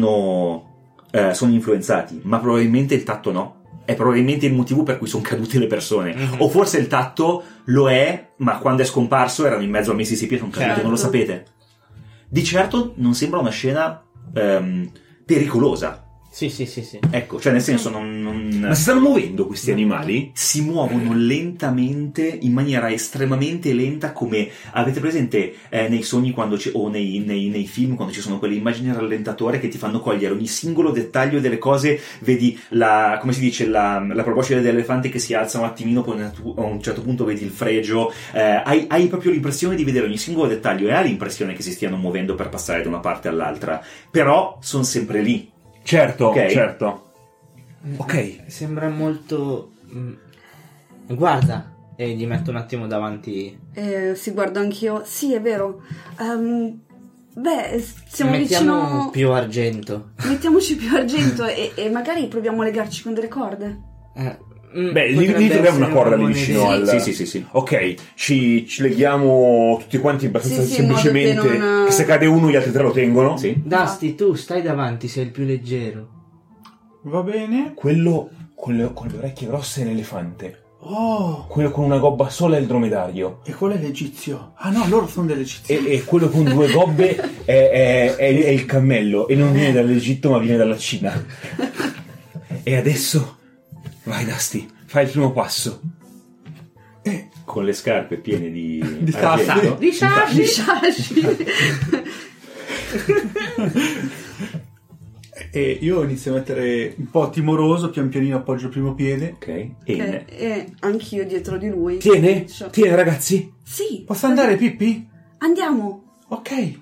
S1: sono, eh, sono influenzati, ma probabilmente il tatto no. È probabilmente il motivo per cui sono cadute le persone.
S3: Mm-hmm.
S1: O forse il tatto lo è, ma quando è scomparso erano in mezzo a Mississippi e sono cadute,
S3: Certo.
S1: non lo sapete. Di certo non sembra una scena ehm, pericolosa.
S3: Sì, sì, sì, sì.
S1: Ecco, cioè nel senso non, Ma si stanno muovendo questi animali? Si muovono lentamente, in maniera estremamente lenta, come avete presente eh, nei sogni quando ci- o nei, nei- nei film quando ci sono quelle immagini a rallentatore che ti fanno cogliere ogni singolo dettaglio delle cose, vedi la, come si dice, la, la proboscide dell'elefante che si alza un attimino, poi a tu- a un certo punto vedi il fregio, eh, hai, hai proprio l'impressione di vedere ogni singolo dettaglio e hai l'impressione che si stiano muovendo per passare da una parte all'altra, però sono sempre lì.
S6: Certo,
S1: Ok.
S6: certo. Ok.
S3: Sembra molto. mm, Guarda. E gli metto un attimo davanti.
S4: Eh, sì, guardo anch'io. Sì, è vero. Ehm, beh, siamo
S3: Mettiamo
S4: vicino.
S3: più argento.
S4: Mettiamoci più argento e, e magari proviamo a legarci con delle corde.
S3: Eh, mm,
S14: Beh, lì, lì troviamo una corda lì vicino al...
S1: Sì, sì, sì, sì.
S14: Ok, ci, ci leghiamo tutti quanti abbastanza
S4: Sì, sì, in modo che
S14: semplicemente.
S4: non-
S14: Che se cade uno gli altri tre lo tengono.
S1: Sì.
S3: Dusty, tu stai davanti, sei il più leggero.
S2: Va bene.
S14: Quello con le, con le orecchie grosse è l'elefante.
S2: Oh,
S14: Quello con una gobba sola è il dromedario.
S2: e quello è l'egizio. Ah no, loro sono dell'Egizio.
S14: E, e quello con due gobbe è, è- è- è il cammello. E non viene dall'Egitto ma viene dalla Cina. E adesso... Vai Dusty, fai il primo passo.
S1: con le scarpe piene di,
S2: Di sassi.
S1: argento.
S2: Di sassi.
S4: Di sassi.
S2: E io inizio a mettere un po' timoroso, pian pianino appoggio il primo piede.
S1: Ok. E
S4: E, e Eh, anch'io dietro di lui.
S14: Tiene?
S4: Faccio-
S14: Tiene ragazzi?
S4: Sì,
S2: Posso andare, Pippi?
S4: andiamo.
S2: Ok.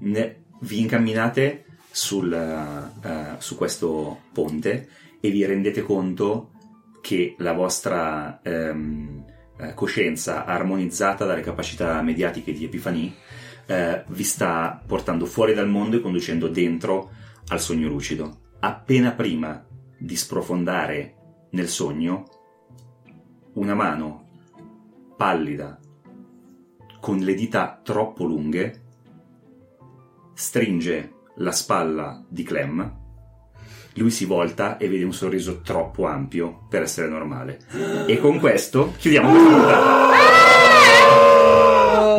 S1: ne- vi incamminate sul, eh, su questo ponte e vi rendete conto che la vostra ehm, eh, coscienza armonizzata dalle capacità mediatiche di Epifanie eh, vi sta portando fuori dal mondo e conducendo dentro al sogno lucido. Appena prima di sprofondare nel sogno, una mano pallida con le dita troppo lunghe stringe la spalla di Clem. Lui si volta e vede un sorriso troppo ampio per essere normale. E con questo chiudiamo questa puntata.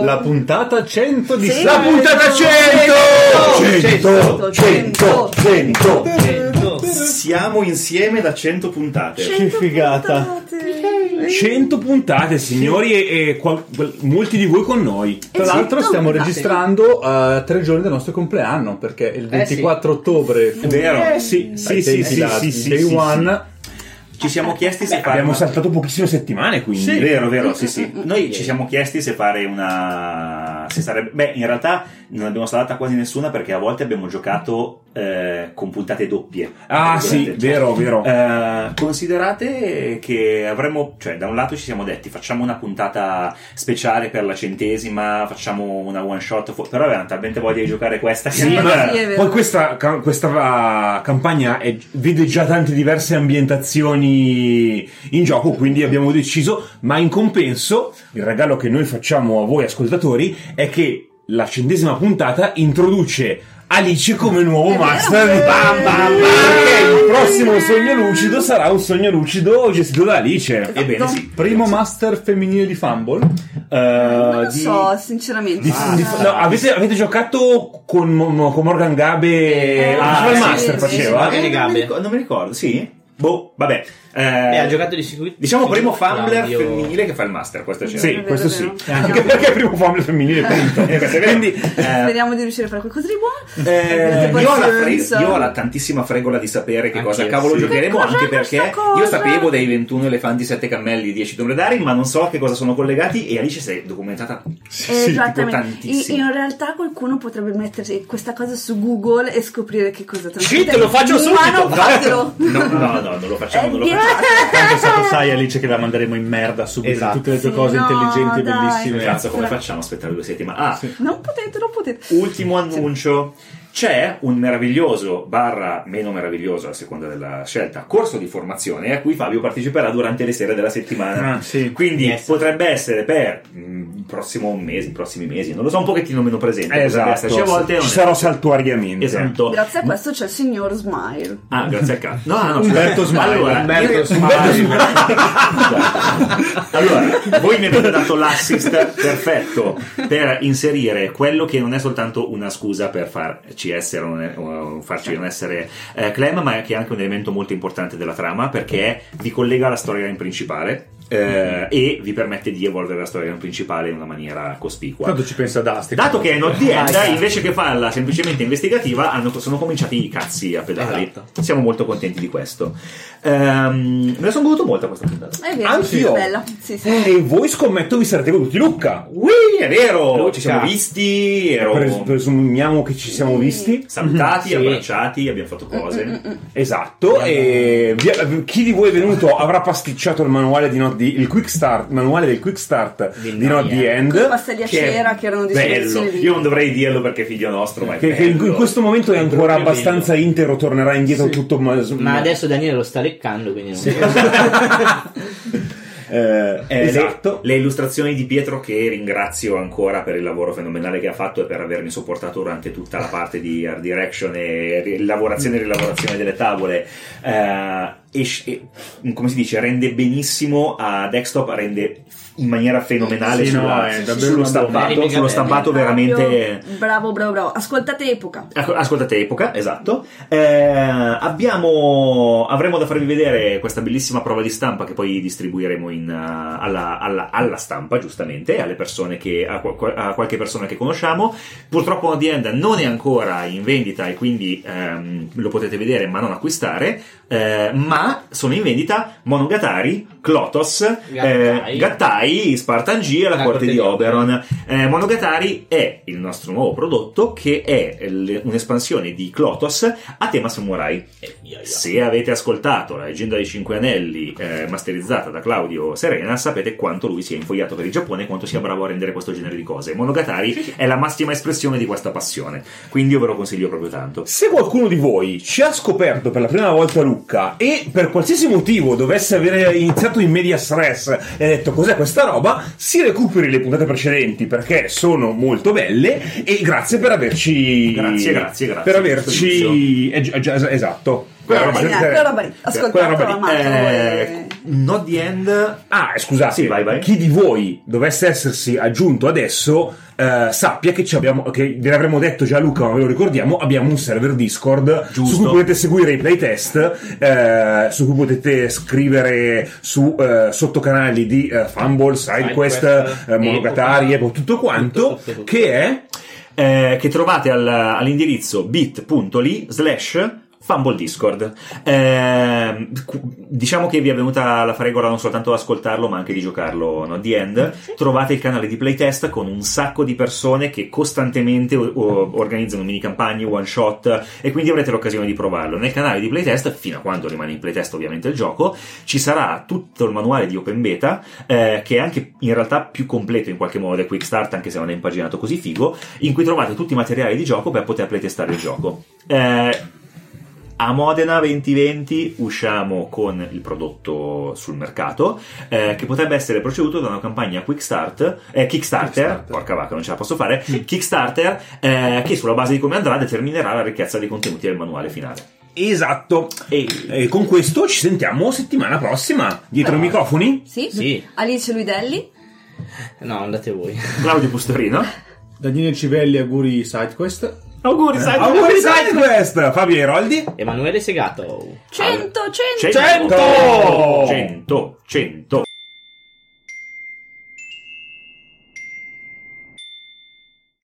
S2: La puntata 100 di
S4: Sì.
S2: La puntata
S14: 100,
S2: 100!
S14: 100, 100.
S1: Eh, Siamo insieme da 100 puntate.
S2: Che figata!
S4: Puntate.
S6: 100 puntate, signori, e, e qual- qual- molti di voi con noi.
S2: Tra
S4: Eh sì,
S2: l'altro
S4: no,
S2: stiamo
S4: guardate.
S2: registrando a tre giorni del nostro compleanno perché il 24 ottobre fu
S1: Vero?
S6: Sì,
S4: Eh,
S2: ai
S6: Eh sì, sì,
S2: tempi
S6: sì,
S2: da-
S6: sì,
S2: di
S6: sì,
S2: Day
S6: sì,
S2: One.
S1: Ci siamo chiesti se fare
S14: Abbiamo
S1: una-
S14: saltato pochissime settimane quindi.
S1: Sì, vero, vero,
S14: <laughs>
S1: sì, sì. Noi ci siamo chiesti se fare una. Se sarebbe... Beh, in realtà non abbiamo saltata quasi nessuna perché a volte abbiamo giocato eh, con puntate doppie.
S6: Ah,
S1: Durante
S6: sì,
S1: il
S6: vero,
S2: certo.
S6: vero.
S1: Eh, considerate che avremmo, cioè, da un lato ci siamo detti facciamo una puntata speciale per la centesima, facciamo una one shot, fo- però avevamo talmente voglia di giocare questa.
S4: Sì,
S1: che-
S4: ma- è vero.
S6: Poi questa, ca- questa ah, campagna è- vede già tante diverse ambientazioni in gioco, quindi abbiamo deciso, ma in compenso il regalo che noi facciamo a voi ascoltatori è che la centesima puntata introduce Alice come nuovo master di Bam Bam Bam. Perché il prossimo sogno lucido sarà un sogno lucido gestito da Alice.
S1: Ebbene sì.
S2: Primo master femminile di Fumble.
S4: Non
S6: Eh,
S4: lo
S6: di-
S4: so, sinceramente.
S6: di-
S4: Ah,
S6: di- no, avete, avete giocato con, Mo- con Morgan Gabe
S4: Eh,
S6: ah,
S4: sì,
S6: il master
S4: sì,
S6: faceva
S1: Eh,
S3: Magari
S1: non, mi
S3: Gabe.
S1: ricordo, non mi ricordo, sì. Boh, vabbè. Eh,
S3: E ha giocato di sicuro.
S1: Diciamo primo fumbler
S3: Flavio.
S1: femminile che fa il master, questo certo. c'è. <laughs>
S6: Sì,
S4: vero,
S6: questo
S4: Eh, vero.
S6: sì. Anche perché è primo family femminile, punto. Quindi,
S4: Speriamo di riuscire a fare qualcosa di buono.
S1: Eh,
S4: Perché poi
S1: io, ho la
S4: se-
S1: fre-
S4: so-
S1: io ho la tantissima fregola di sapere che cosa
S3: Anch'io,
S1: cavolo
S3: sì.
S1: giocheremo,
S4: Che cos'è
S1: anche
S4: questa
S1: perché
S4: cosa?
S1: io sapevo dei 21 elefanti, 7 cammelli, 10 dromedari, ma non so a che cosa sono collegati e Alice si è documentata
S4: Eh,
S1: tipo
S4: Esattamente. In,
S1: tantissimo.
S4: in realtà qualcuno potrebbe mettersi questa cosa su Google e scoprire che cosa tra
S1: Sì, te lo faccio
S4: Ma
S1: subito. <laughs>
S4: non fatelo.
S1: No, no, no, non lo facciamo,
S4: Eh,
S1: non lo
S4: via.
S1: facciamo.
S2: Tanto sa- sai Alice che la manderemo in merda subito
S3: Esatto.
S2: tutte le tue
S4: Sì,
S2: cose
S4: no,
S2: intelligenti e
S4: dai.
S2: bellissime.
S1: Cazzo, come
S4: Sì.
S1: facciamo a aspettare due settimane? Ah,
S4: Non potete, non potete.
S1: ultimo annuncio. C'è un meraviglioso, barra meno meraviglioso a seconda della scelta, corso di formazione a cui Fabio parteciperà durante le sere della settimana. Quindi potrebbe essere per mm, il prossimo mese, i prossimi mesi, non lo so, un pochettino meno presente. potrebbe esserci a volte, non
S6: Eh, esatto. ci
S1: è-
S6: sarò saltuariamente.
S1: Esatto.
S4: Grazie a questo c'è il signor Smile.
S1: Ah, grazie al cazzo. No, no, no,
S6: Umberto
S1: scusa.
S6: Smile,
S1: Allora,
S6: Umberto
S1: io-
S6: Smile.
S1: Umberto Smile. allora, voi mi avete dato l'assist perfetto per inserire quello che non è soltanto una scusa per farci essere, un- o farci non essere eh, Clem, ma che è anche un elemento molto importante della trama perché vi collega alla storyline principale. eh, e vi permette di evolvere la storia principale in una maniera cospicua.
S2: Tanto ci pensa Dusty.
S1: Dato che è not the end,
S2: Ah,
S6: esatto.
S2: sì.
S1: invece che farla semplicemente investigativa, hanno- sono cominciati i cazzi a pedali.
S6: Esatto.
S1: Siamo molto contenti di questo. Ehm, me la sono goduto molto questa puntata.
S4: È vero,
S6: Anch'io.
S4: è bella. Sì, sì.
S6: Eh, E voi scommetto vi sarete goduti Lucca.
S1: Ui, è vero!
S6: Lucca.
S1: Ci siamo visti, ero
S6: Pres- presumiamo che ci siamo visti.
S1: salutati,
S6: Sì.
S1: abbracciati, abbiamo
S4: Mm,
S1: fatto cose.
S6: Esatto, e vi- chi di voi è venuto avrà pasticciato il manuale di Not the, il quick start, manuale del quick start di, Not the
S4: Con i
S6: End.
S4: pastelli a
S1: Che è
S4: cera che erano di
S1: Bello,
S4: soluzione lì.
S1: io non dovrei dirlo perché è figlio nostro, ma è
S6: Che, che in, in
S1: bello.
S6: questo momento è ancora abbastanza intero, tornerà indietro tutto. Ma,
S3: Ma adesso Daniele lo sta leccando, quindi non
S6: Eh,
S1: Eh,
S6: esatto.
S1: le, le illustrazioni di Pietro che ringrazio ancora per il lavoro fenomenale che ha fatto e per avermi supportato durante tutta la parte di art direction e ri- lavorazione e rilavorazione delle tavole Eh, esce- e- come si dice rende benissimo a desktop rende in maniera fenomenale
S2: Sì, no,
S1: sulla-
S2: è davvero
S1: sullo
S2: una
S1: stampato
S2: bomba.
S1: sullo stampato veramente
S4: Bravo, bravo, bravo. Ascoltate Epoca.
S1: Ac- Ecco, Ascoltate Epoca, esatto. Eh, abbiamo, avremo da farvi vedere questa bellissima prova di stampa che poi distribuiremo in, eh, alla, alla- alla stampa, giustamente, alle persone che, a, qual- a qualche persona che conosciamo. Purtroppo On The End non è ancora in vendita e quindi ehm, lo potete vedere ma non acquistare. Eh, ma sono in vendita Monogatari, Clotos,
S3: Gattai.
S1: eh, Gattai, Spartan G e la,
S3: La
S1: Ah, corte,
S3: Corte
S1: di
S3: di
S1: Oberon. Eh, Monogatari è il nostro nuovo prodotto che è l- un'espansione di Clotos a tema samurai.
S3: Eh,
S1: Se avete ascoltato la leggenda dei Cinque Anelli eh, masterizzata da Claudio Serena, sapete quanto lui sia infogliato per il Giappone e quanto sia bravo a rendere questo genere di cose. Monogatari è la massima espressione di questa passione, quindi io ve lo consiglio proprio tanto.
S6: Se qualcuno di voi ci ha scoperto per la prima volta Lucca e per qualsiasi motivo dovesse avere iniziato in media stress e ha detto cos'è questa roba, si recuperi le puntate precedenti perché sono molto belle e grazie per averci...
S1: Grazie, grazie, grazie.
S6: Per
S1: Questo
S6: averci... eh, gi- gi- esatto.
S1: Quella roba lì.
S6: Grazie.
S4: Quella roba lì. Ascoltatela,
S6: Quella roba lì.
S4: amatela,
S1: Eh,
S4: eh.
S1: Not the end.
S6: Ah, scusate,
S1: Sì, vai, vai.
S6: chi di voi dovesse essersi aggiunto adesso eh, sappia che, ci abbiamo, che ve l'avremmo detto già Luca, ma ve lo ricordiamo, abbiamo un server Discord
S1: Giusto.
S6: su cui potete seguire i playtest, eh, su cui potete scrivere su eh, sottocanali di eh, Fumble, SideQuest,
S3: SideQuest,
S6: eh, Monogatari,
S3: Epoca,
S6: Epo, tutto quanto,
S3: tutto, tutto, tutto.
S6: che è...
S1: eh, che trovate al- all'indirizzo bit.ly slash Fumble Discord. Ehm, cu- diciamo che vi è venuta la fregola non soltanto di ascoltarlo, ma anche di giocarlo no? The End. Trovate il canale di playtest con un sacco di persone che costantemente o- o- organizzano mini campagne, one shot, e quindi avrete l'occasione di provarlo. Nel canale di playtest, fino a quando rimane in playtest ovviamente il gioco, ci sarà tutto il manuale di Open Beta, eh, che è anche in realtà più completo in qualche modo del Quick Start, anche se non è impaginato così figo, in cui trovate tutti i materiali di gioco per poter playtestare il gioco. Eh, a Modena 2020 usciamo con il prodotto sul mercato, eh, che potrebbe essere proceduto da una campagna Quick Start, eh, Kickstarter, porca vacca, non ce la posso fare, Kickstarter, eh, che sulla base di come andrà determinerà la ricchezza dei contenuti del manuale finale.
S6: Esatto.
S1: E
S6: E con questo ci sentiamo settimana prossima, dietro i microfoni.
S4: Sì?
S3: Sì.
S4: Alice Luidelli.
S3: No, andate voi.
S1: Claudio Pustorino,
S2: Daniele Civelli, auguri SideQuest.
S1: auguri, sai,
S6: Auguri SideQuest, Fabio Eroldi.
S3: Emanuele Segato.
S4: 100, 100!
S1: 100! 100! 100!